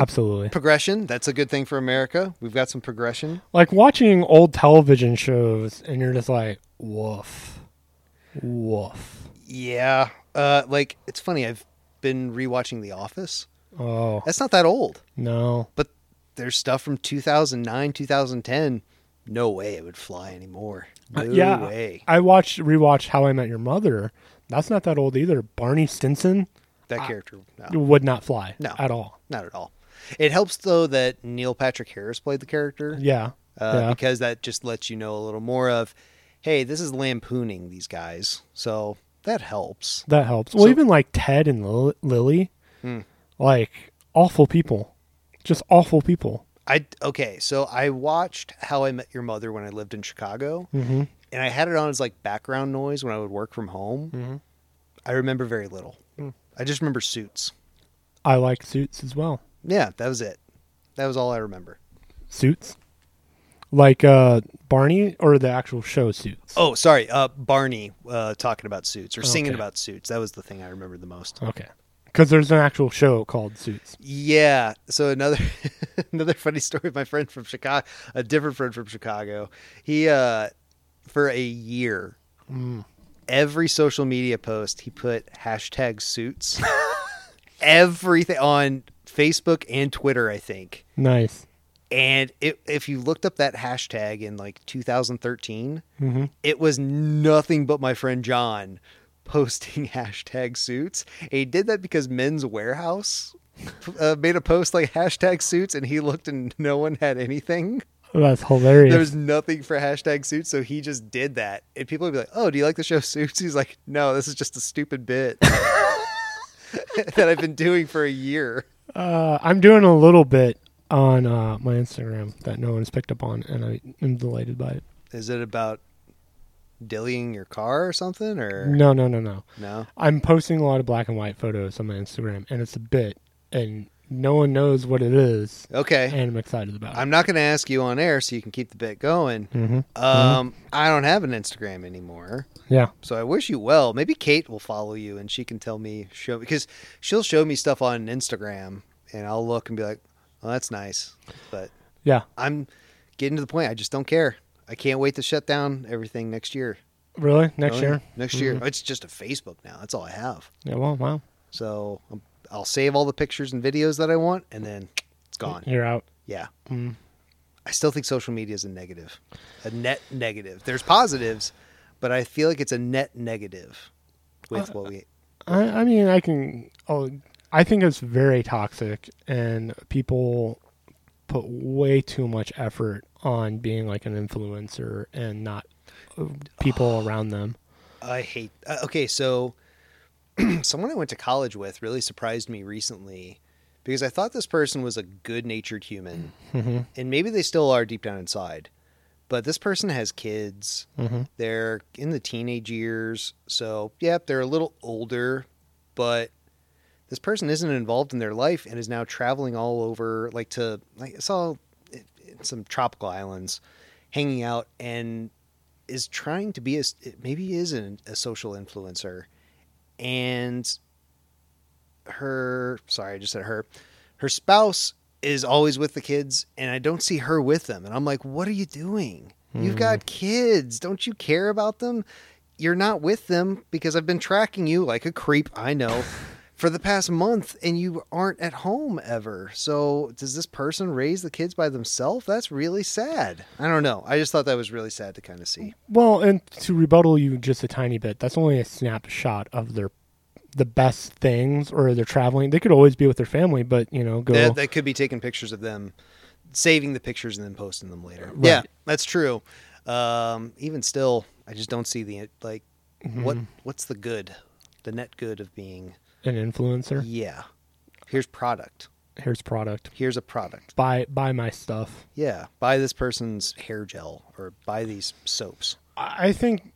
Speaker 2: Absolutely.
Speaker 1: Progression, that's a good thing for America. We've got some progression.
Speaker 2: Like watching old television shows, and you're just like, woof, woof.
Speaker 1: Yeah. Uh, like it's funny. I've been rewatching The Office.
Speaker 2: Oh
Speaker 1: That's not that old,
Speaker 2: no.
Speaker 1: but there's stuff from 2009, 2010. No way it would fly anymore. No
Speaker 2: Uh, yeah,
Speaker 1: way.
Speaker 2: I watched rewatched How I Met Your Mother. That's not that old either. Barney Stinson.
Speaker 1: that character,
Speaker 2: It
Speaker 1: no,
Speaker 2: would not fly
Speaker 1: No.
Speaker 2: at all.
Speaker 1: not at all. It helps though that Neil Patrick Harris played the character
Speaker 2: Yeah.
Speaker 1: uh,
Speaker 2: yeah.
Speaker 1: because that just lets you know a little more of, hey, this is lampooning these guys, so that helps.
Speaker 2: That helps. Well,
Speaker 1: So- Hmm.
Speaker 2: even like Ted and Lil- Lily, like awful people, just awful people.
Speaker 1: I okay, so I watched How I Met Your Mother when I lived in Chicago,
Speaker 2: Mm-hmm.
Speaker 1: and I had it on as like background noise when I would work from home. I remember very little. I just remember suits.
Speaker 2: I like Suits as well.
Speaker 1: Yeah, that was it. That was all I remember.
Speaker 2: Suits, like uh Barney or the actual show Suits.
Speaker 1: Oh, sorry, uh, Barney uh, talking about suits or singing
Speaker 2: Okay.
Speaker 1: about suits. That was the thing I remembered the most.
Speaker 2: Okay, because there's an actual show called Suits.
Speaker 1: Yeah. So another *laughs* another funny story. My friend from Chicago, a different friend from Chicago, he uh, for a year, every social media post he put hashtag suits, *laughs* everything on Facebook and Twitter, I think.
Speaker 2: Nice.
Speaker 1: And it, if you looked up that hashtag in like 2013,
Speaker 2: Mhm.
Speaker 1: it was nothing but my friend John posting *laughs* hashtag suits. And he did that because Men's Warehouse uh, made a post like hashtag suits, and he looked and no one had anything.
Speaker 2: That's hilarious.
Speaker 1: There was nothing for hashtag suits, so he just did that. And people would be like, "Oh, do you like the show Suits?" He's like, "No, this is just a stupid bit that I've been doing for a year."
Speaker 2: Uh, I'm doing a little bit on uh, my Instagram that no one's picked up on, and I am delighted by it.
Speaker 1: Is it about dillying your car or something? Or
Speaker 2: No, no, no, no.
Speaker 1: No.
Speaker 2: I'm posting a lot of black and white photos on my Instagram, and it's a bit, and no one knows what it is,
Speaker 1: Okay.
Speaker 2: and I'm excited about it.
Speaker 1: I'm not going to ask you on air so you can keep the bit going.
Speaker 2: Mhm.
Speaker 1: Um, I don't have an Instagram anymore,
Speaker 2: Yeah,
Speaker 1: so I wish you well. Maybe Kate will follow you and she can tell me show because she'll show me stuff on Instagram and I'll look and be like, "Oh, that's nice," but
Speaker 2: yeah.
Speaker 1: I'm getting to the point. I just don't care. I can't wait to shut down everything next year.
Speaker 2: Really?
Speaker 1: Oh,
Speaker 2: Next
Speaker 1: yeah.
Speaker 2: year? Mm-hmm.
Speaker 1: Next year. It's just a Facebook now. That's all I have.
Speaker 2: Yeah. Well, wow.
Speaker 1: So um, I'll save all the pictures and videos that I want, and then it's gone.
Speaker 2: You're out.
Speaker 1: Yeah. I still think social media is a negative, a net negative. There's positives, but I feel like it's a net negative with what we.
Speaker 2: I, I mean, I can. Oh, I think it's very toxic, and people put way too much effort on being like an influencer and not uh,
Speaker 1: *sighs*
Speaker 2: people around them.
Speaker 1: I hate. Uh, okay, so *clears throat* someone I went to college with really surprised me recently because I thought this person was a good natured human, and maybe they still are deep down inside. But this person has kids. They're in the teenage years. So, yep, they're a little older, but this person isn't involved in their life and is now traveling all over, like to, like, I saw it- it- some tropical islands hanging out and is trying to be a, s- maybe is an, a social influencer. And her, sorry, I just said her, her spouse is always with the kids and I don't see her with them. And I'm like, what are you doing? You've got kids. Don't you care about them? You're not with them because I've been tracking you like a creep, I know, for the past month and you aren't at home ever. So, does this person raise the kids by themselves? That's really sad. I don't know. I just thought that was really sad to kind of see.
Speaker 2: Well, and to rebuttal you just a tiny bit, that's only a snapshot of their the best things or they're traveling. They could always be with their family, but you know, go
Speaker 1: That, that could be taking pictures of them, saving the pictures and then posting them later. Yeah, that's true. Um, even still, I just don't see the like what what's the good, the net good of being
Speaker 2: an influencer.
Speaker 1: yeah. Here's product.
Speaker 2: Here's product.
Speaker 1: Here's a product.
Speaker 2: Buy buy my stuff.
Speaker 1: Yeah, buy this person's hair gel or buy these soaps.
Speaker 2: I I think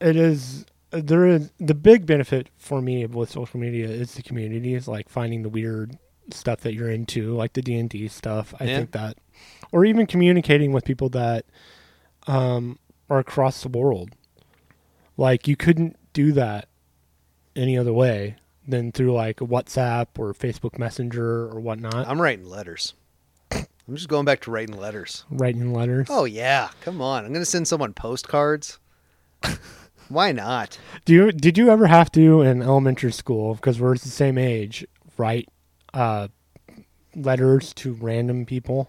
Speaker 2: it is there is the big benefit for me with social media is the community is like finding the weird stuff that you're into, like the D and D stuff. I
Speaker 1: Yeah.
Speaker 2: think that, or even communicating with people that um, are across the world. Like you couldn't do that any other way than through like WhatsApp or Facebook Messenger or whatnot,
Speaker 1: I'm writing letters. I'm just going back to writing letters.
Speaker 2: writing letters.
Speaker 1: Oh yeah, come on. I'm gonna send someone postcards. Why not?
Speaker 2: Do you did you ever have to in elementary school because we're the same age write uh, letters to random people?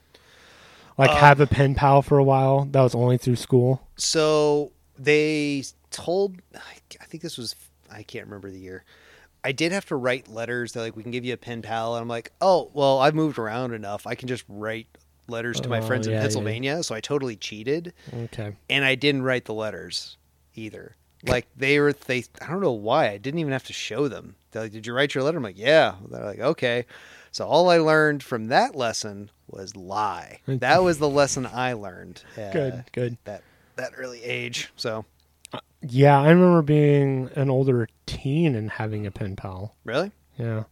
Speaker 2: Like have a pen pal for a while. That was only through school.
Speaker 1: So they told, I think this was, I can't remember the year, I did have to write letters. They're like, we can give you a pen pal. And I'm like, oh, well, I've moved around enough. I can just write letters to my
Speaker 2: Oh,
Speaker 1: friends
Speaker 2: yeah,
Speaker 1: in
Speaker 2: yeah.
Speaker 1: Pennsylvania. So I totally cheated.
Speaker 2: Okay.
Speaker 1: And I didn't write the letters either. Like they were, they, I don't know why. I didn't even have to show them. They're like, did you write your letter? I'm like, yeah. They're like, okay. So all I learned from that lesson was
Speaker 2: *laughs*
Speaker 1: lie. That was the lesson I learned. uh,
Speaker 2: Good, good.
Speaker 1: That, that early age. So
Speaker 2: Yeah, I remember being an older teen and having a pen pal.
Speaker 1: really?
Speaker 2: Yeah.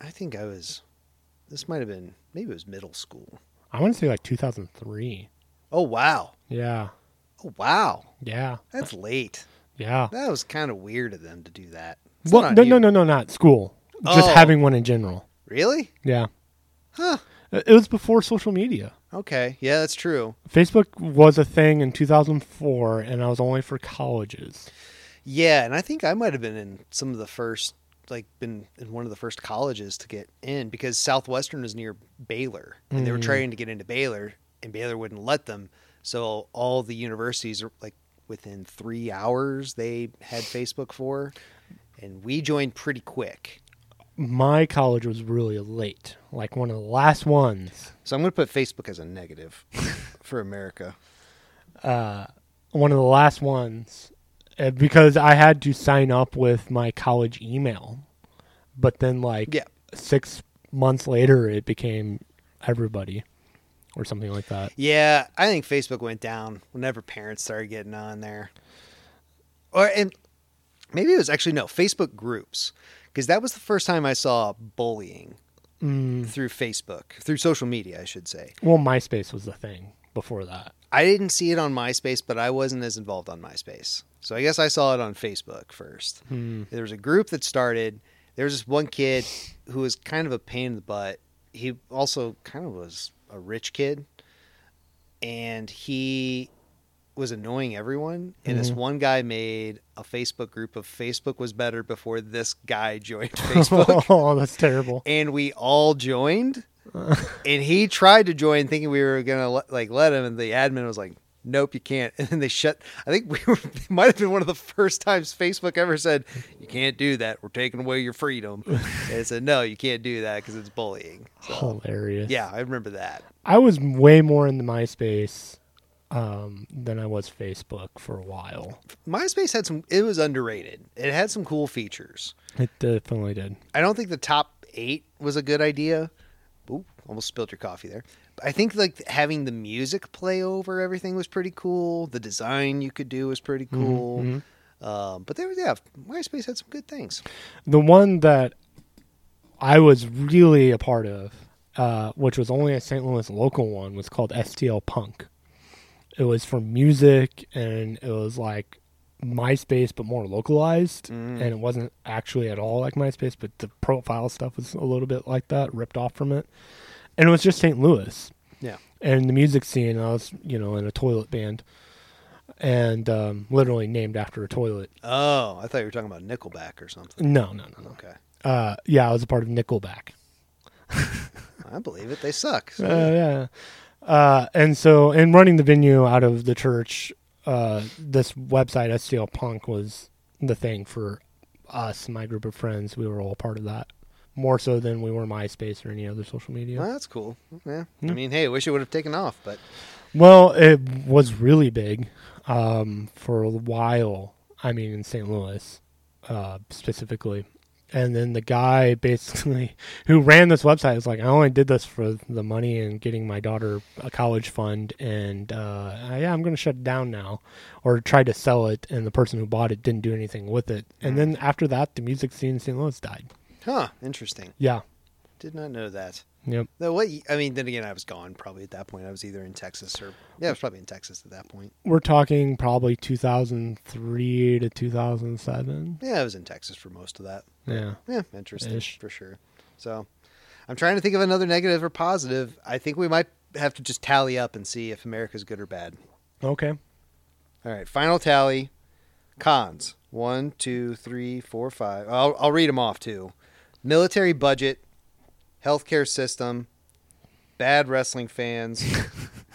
Speaker 1: I think I was. This might have been maybe it was middle school.
Speaker 2: I want to say like 2003.
Speaker 1: Oh wow!
Speaker 2: Yeah.
Speaker 1: Oh wow!
Speaker 2: Yeah.
Speaker 1: That's late.
Speaker 2: Yeah.
Speaker 1: That was kind of weird of them to do that. It's not
Speaker 2: Well,
Speaker 1: on
Speaker 2: no,
Speaker 1: you.
Speaker 2: no, no, no, not school. Just
Speaker 1: Oh.
Speaker 2: having one in general.
Speaker 1: Really?
Speaker 2: Yeah. Uh,
Speaker 1: Huh.
Speaker 2: It it was before social media.
Speaker 1: Okay. Yeah, that's true.
Speaker 2: Facebook was a thing in 2004, and I was only for colleges.
Speaker 1: Yeah, and I think I might have been in some of the first, like, been in one of the first colleges to get in because Southwestern was near Baylor, and they were trying to get into Baylor, and Baylor wouldn't let them. So all the universities, are like, within three hours, they had Facebook for, and we joined pretty quick.
Speaker 2: My college was really late, like one of the last ones.
Speaker 1: So I'm going to put Facebook as a negative for America.
Speaker 2: One of the last ones uh, because I had to sign up with my college email. But then, like,
Speaker 1: Yeah.
Speaker 2: six months later, it became everybody or something like that.
Speaker 1: Yeah, I think Facebook went down whenever parents started getting on there. Or and maybe it was actually no, Facebook groups because that was the first time I saw bullying through Facebook, through social media, I should say.
Speaker 2: Well, MySpace was the thing before that.
Speaker 1: I didn't see it on MySpace, but I wasn't as involved on MySpace. So I guess I saw it on Facebook first.
Speaker 2: *laughs*
Speaker 1: There was a group that started. There was this one kid who was kind of a pain in the butt. He also kind of was a rich kid. And he was annoying everyone. And this one guy made a Facebook group of Facebook was better before this guy joined Facebook.
Speaker 2: oh, that's terrible.
Speaker 1: and we all joined. and he tried to join, thinking we were gonna let, like let him, and the admin was like, "Nope, you can't." *laughs* And then they shut. I think we were, *laughs* it might have been one of the first times Facebook ever said, "You can't do that. We're taking away your freedom." and it said, "No, you can't do that because it's bullying." So,
Speaker 2: Hilarious.
Speaker 1: yeah, I remember that.
Speaker 2: I was way more in the MySpace um, than I was Facebook for a while.
Speaker 1: MySpace had some. It was underrated. It had some cool features.
Speaker 2: It definitely did.
Speaker 1: I don't think the top eight was a good idea. Ooh, almost spilled your coffee there. I think like having the music play over everything was pretty cool. The design you could do was pretty cool. Um, but there was yeah, MySpace had some good things.
Speaker 2: The one that I was really a part of, uh, which was only a St. Louis local one, was called STL Punk. It was for music and it was like MySpace but more localized. And it wasn't actually at all like MySpace, but the profile stuff was a little bit like that, ripped off from it. And it was just St. Louis.
Speaker 1: Yeah,
Speaker 2: and the music scene. I was, you know, in a toilet band, and um, literally named after a toilet.
Speaker 1: Oh, I thought you were talking about Nickelback or something.
Speaker 2: No, no, no, no.
Speaker 1: Okay,
Speaker 2: Uh, yeah, I was a part of Nickelback.
Speaker 1: I believe it. They suck.
Speaker 2: Uh, yeah, uh, and so and running the venue out of the church, uh, this website STL Punk was the thing for us, my group of friends. We were all part of that more so than we were MySpace or any other social media.
Speaker 1: Well, that's cool. Yeah, I mean, hey, I wish it would have taken off, but
Speaker 2: Well, it was really big um, for a while. I mean, in St. Louis uh, specifically. And then the guy *laughs* basically who ran this website was like, I only did this for the money and getting my daughter a college fund. And uh, yeah, I'm going to shut it down now. Or tried to sell it. And the person who bought it didn't do anything with it. And then after that, the music scene in St. Louis died.
Speaker 1: huh? Interesting.
Speaker 2: Yeah.
Speaker 1: Did not know that.
Speaker 2: Yep.
Speaker 1: Though what? y- I mean, then again, I was gone probably at that point. I was either in Texas or yeah, I was probably in Texas at that point.
Speaker 2: We're talking probably 2003 to 2007.
Speaker 1: Yeah, I was in Texas for most of that.
Speaker 2: Yeah.
Speaker 1: Yeah, interesting
Speaker 2: Ish.
Speaker 1: for sure. So, I'm trying to think of another negative or positive. I think we might have to just tally up and see if America's good or bad.
Speaker 2: Okay.
Speaker 1: All right, final tally. Cons: one, two, three, four, five. I'll I'll read them off too. Military budget, healthcare system, bad wrestling fans,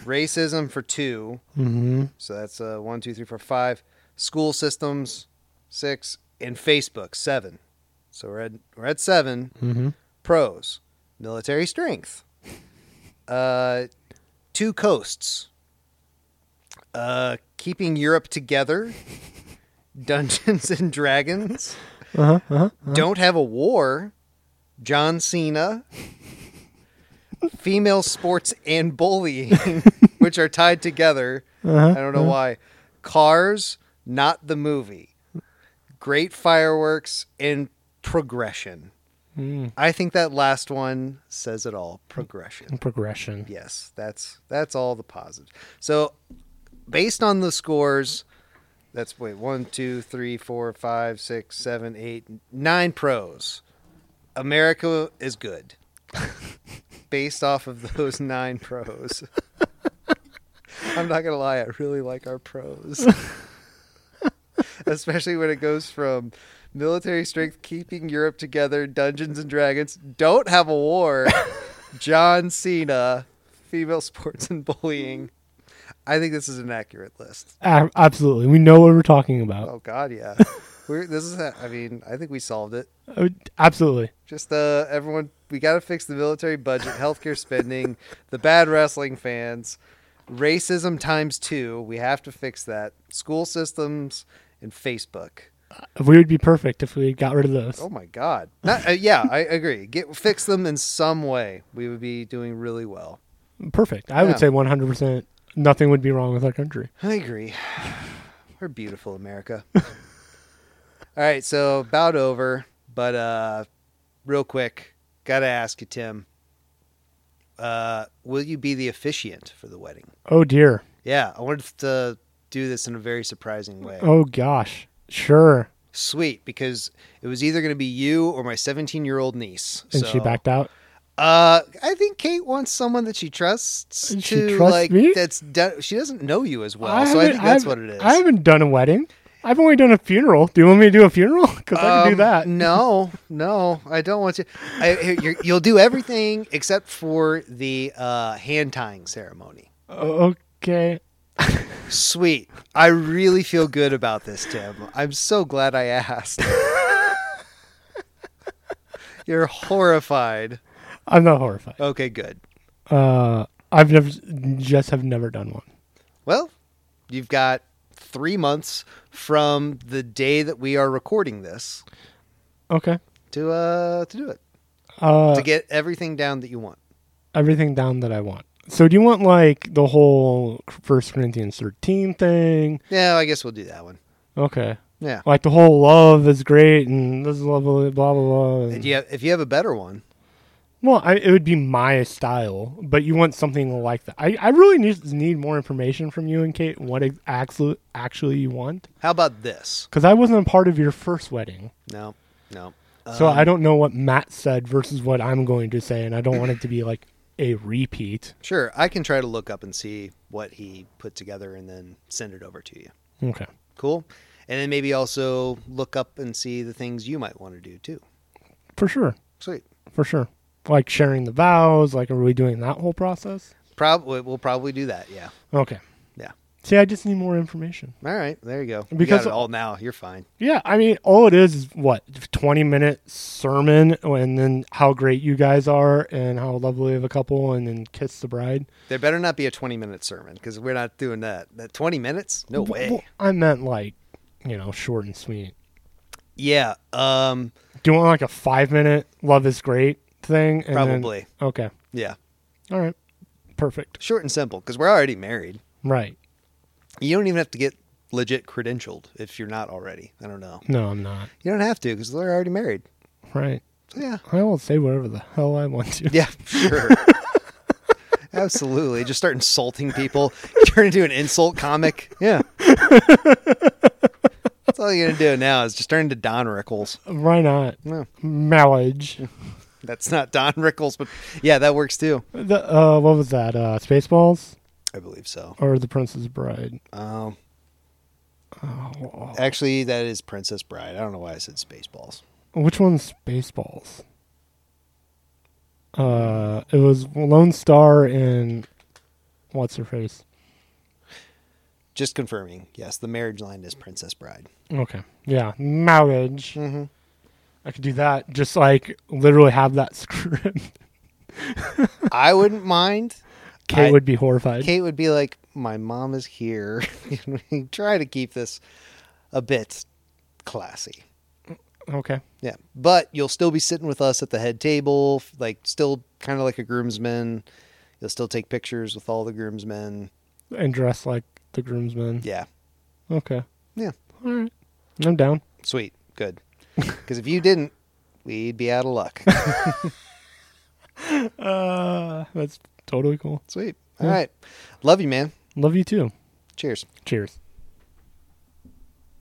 Speaker 1: racism for two.
Speaker 2: Mm-hmm.
Speaker 1: So that's uh, one, two, three, four, five. School systems, six, and Facebook, seven. So we're at we're at 7
Speaker 2: Mm-hmm.
Speaker 1: Pros: military strength. *laughs* Uh, two coasts. Uh, keeping Europe together. *laughs* Dungeons and Dragons.
Speaker 2: Uh-huh, uh-huh.
Speaker 1: Don't have a war. John Cena. Female sports and bullying, which are tied together. I don't know why. Cars, not the movie. Great fireworks and progression.
Speaker 2: Mm.
Speaker 1: I think that last one says it all. Progression.
Speaker 2: Progression.
Speaker 1: Yes, that's that's all the positive. So, based on the scores, that's wait one, two, three, four, five, six, seven, eight, nine pros. America is good. *laughs* based off of those nine pros. *laughs* I'm not gonna lie, I really like our pros. *laughs* Especially when it goes from military strength keeping Europe together, Dungeons and Dragons, don't have a war, John Cena, female sports and bullying. I think this is an accurate list.
Speaker 2: A- absolutely. We know what we're talking about.
Speaker 1: Oh God, yeah. We're, this is. I mean, I think we solved it.
Speaker 2: Uh, Absolutely.
Speaker 1: Just uh, everyone, we got to fix the military budget, healthcare spending, the bad wrestling fans, racism times two. We have to fix that. School systems and Facebook.
Speaker 2: We would be perfect if we got rid of those.
Speaker 1: Oh my God. Not, uh, yeah, I agree. Get fix them in some way. We would be doing really well.
Speaker 2: Perfect. I
Speaker 1: Yeah.
Speaker 2: would say 100% nothing would be wrong with our country.
Speaker 1: I agree. *sighs* We're beautiful, America. All right, so about over, but uh, real quick, gotta ask you, Tim. Uh, will you be the officiant for the wedding?
Speaker 2: Oh, dear.
Speaker 1: Yeah, I wanted to do this in a very surprising way.
Speaker 2: Oh, gosh. Sure.
Speaker 1: Sweet, because it was either going to be you or my 17 year old niece.
Speaker 2: And she
Speaker 1: so-
Speaker 2: backed out.
Speaker 1: Uh, I think Kate wants someone that she trusts
Speaker 2: She
Speaker 1: to
Speaker 2: trusts
Speaker 1: like.
Speaker 2: me?
Speaker 1: That's de- she doesn't know you as well,
Speaker 2: I
Speaker 1: so I
Speaker 2: haven't-
Speaker 1: think that's
Speaker 2: I've-
Speaker 1: what it is.
Speaker 2: I haven't done a wedding. I've only done a funeral. Do you want me to do a funeral? *laughs* Because I can do
Speaker 1: Um, *laughs*
Speaker 2: that.
Speaker 1: No, no, I don't want you. I, you're, you'll do everything except for the uh, hand tying ceremony.
Speaker 2: Okay.
Speaker 1: Sweet. I really feel good about this, Tim. I'm so glad I asked. *laughs* you're horrified.
Speaker 2: I'm not horrified.
Speaker 1: Okay, good.
Speaker 2: Uh, I've never, just have never done one.
Speaker 1: Well, you've got three months from the day that we are recording this
Speaker 2: Okay.
Speaker 1: to uh to do it
Speaker 2: Uh,
Speaker 1: to get everything down that you want.
Speaker 2: everything down that I want. So do you want like the whole First Corinthians 13 thing?
Speaker 1: Yeah, I guess we'll do that one.
Speaker 2: Okay.
Speaker 1: Yeah.
Speaker 2: Like the whole love is great and this is lovely, blah blah blah. and-
Speaker 1: And you have, if you have a better one,
Speaker 2: Well, I, it would be my style, but you want something like that. I, I really need, need more information from you and Kate what ex- actually actually you want
Speaker 1: How about this?
Speaker 2: because I wasn't a part of your first wedding,
Speaker 1: No, no.
Speaker 2: so
Speaker 1: Um,
Speaker 2: I don't know what Matt said versus what I'm going to say, and I don't want it to be like a repeat.
Speaker 1: Sure, I can try to look up and see what he put together and then send it over to you.
Speaker 2: Okay,
Speaker 1: Cool. And then maybe also look up and see the things you might want to do too.
Speaker 2: for sure,
Speaker 1: Sweet.
Speaker 2: for sure. Like sharing the vows, like are we doing that whole process?
Speaker 1: Probably we'll probably do that. Yeah.
Speaker 2: Okay.
Speaker 1: Yeah.
Speaker 2: See, I just need more information.
Speaker 1: All right. There you go. You got
Speaker 2: Because-
Speaker 1: it all now you're fine.
Speaker 2: Yeah, I mean, all it is is what twenty minute sermon, and then how great you guys are, and how lovely of a couple, and then kiss the bride.
Speaker 1: There better not be a 20 minute sermon because we're not doing that. That 20 minutes? No way.
Speaker 2: Well, I meant like, you know, short and sweet.
Speaker 1: yeah. Um.
Speaker 2: Do you want like a five minute "Love is Great" thing? and then-
Speaker 1: Probably.
Speaker 2: okay.
Speaker 1: Yeah.
Speaker 2: All right. Perfect.
Speaker 1: Short and simple because we're already married.
Speaker 2: Right.
Speaker 1: You don't even have to get legit credentialed if you're not already. I don't know.
Speaker 2: No, I'm not.
Speaker 1: You don't have to because they're already married.
Speaker 2: Right.
Speaker 1: So yeah,
Speaker 2: I will say whatever the hell I want to.
Speaker 1: yeah, *laughs* sure. Absolutely. Just start insulting people. Turn into an insult comic. Yeah. That's all you're going to do now is just turn into Don Rickles.
Speaker 2: *laughs* Why not?
Speaker 1: No,
Speaker 2: Marriage.
Speaker 1: that's not Don Rickles, but yeah, that works too.
Speaker 2: the uh, what was that? Uh, Spaceballs
Speaker 1: I believe so.
Speaker 2: or The Princess Bride?
Speaker 1: Um,
Speaker 2: Oh.
Speaker 1: actually, that is Princess Bride. I don't know why I said Spaceballs.
Speaker 2: Which one's Spaceballs? Uh, it was Lone Star and what's her face?
Speaker 1: Just confirming. Yes, the marriage line is Princess Bride.
Speaker 2: Okay, yeah, marriage.
Speaker 1: Mm-hmm.
Speaker 2: I could do that. Just like literally have that *laughs* script.
Speaker 1: I wouldn't mind.
Speaker 2: Kate
Speaker 1: I-
Speaker 2: would be horrified.
Speaker 1: Kate would be like, "My mom is here. *laughs* Can we Try to keep this a bit classy."
Speaker 2: Okay.
Speaker 1: Yeah, but you'll still be sitting with us at the head table, f- like still kind of like a groomsman. You'll still take pictures with all the groomsmen.
Speaker 2: And dress like the groomsmen.
Speaker 1: Yeah,
Speaker 2: Okay.
Speaker 1: Yeah.
Speaker 2: All right. I'm down.
Speaker 1: sweet, good. Because if you didn't, we'd be out of luck.
Speaker 2: Uh, that's totally cool.
Speaker 1: Sweet. All right, love you, man.
Speaker 2: Love you too.
Speaker 1: Cheers.
Speaker 2: Cheers.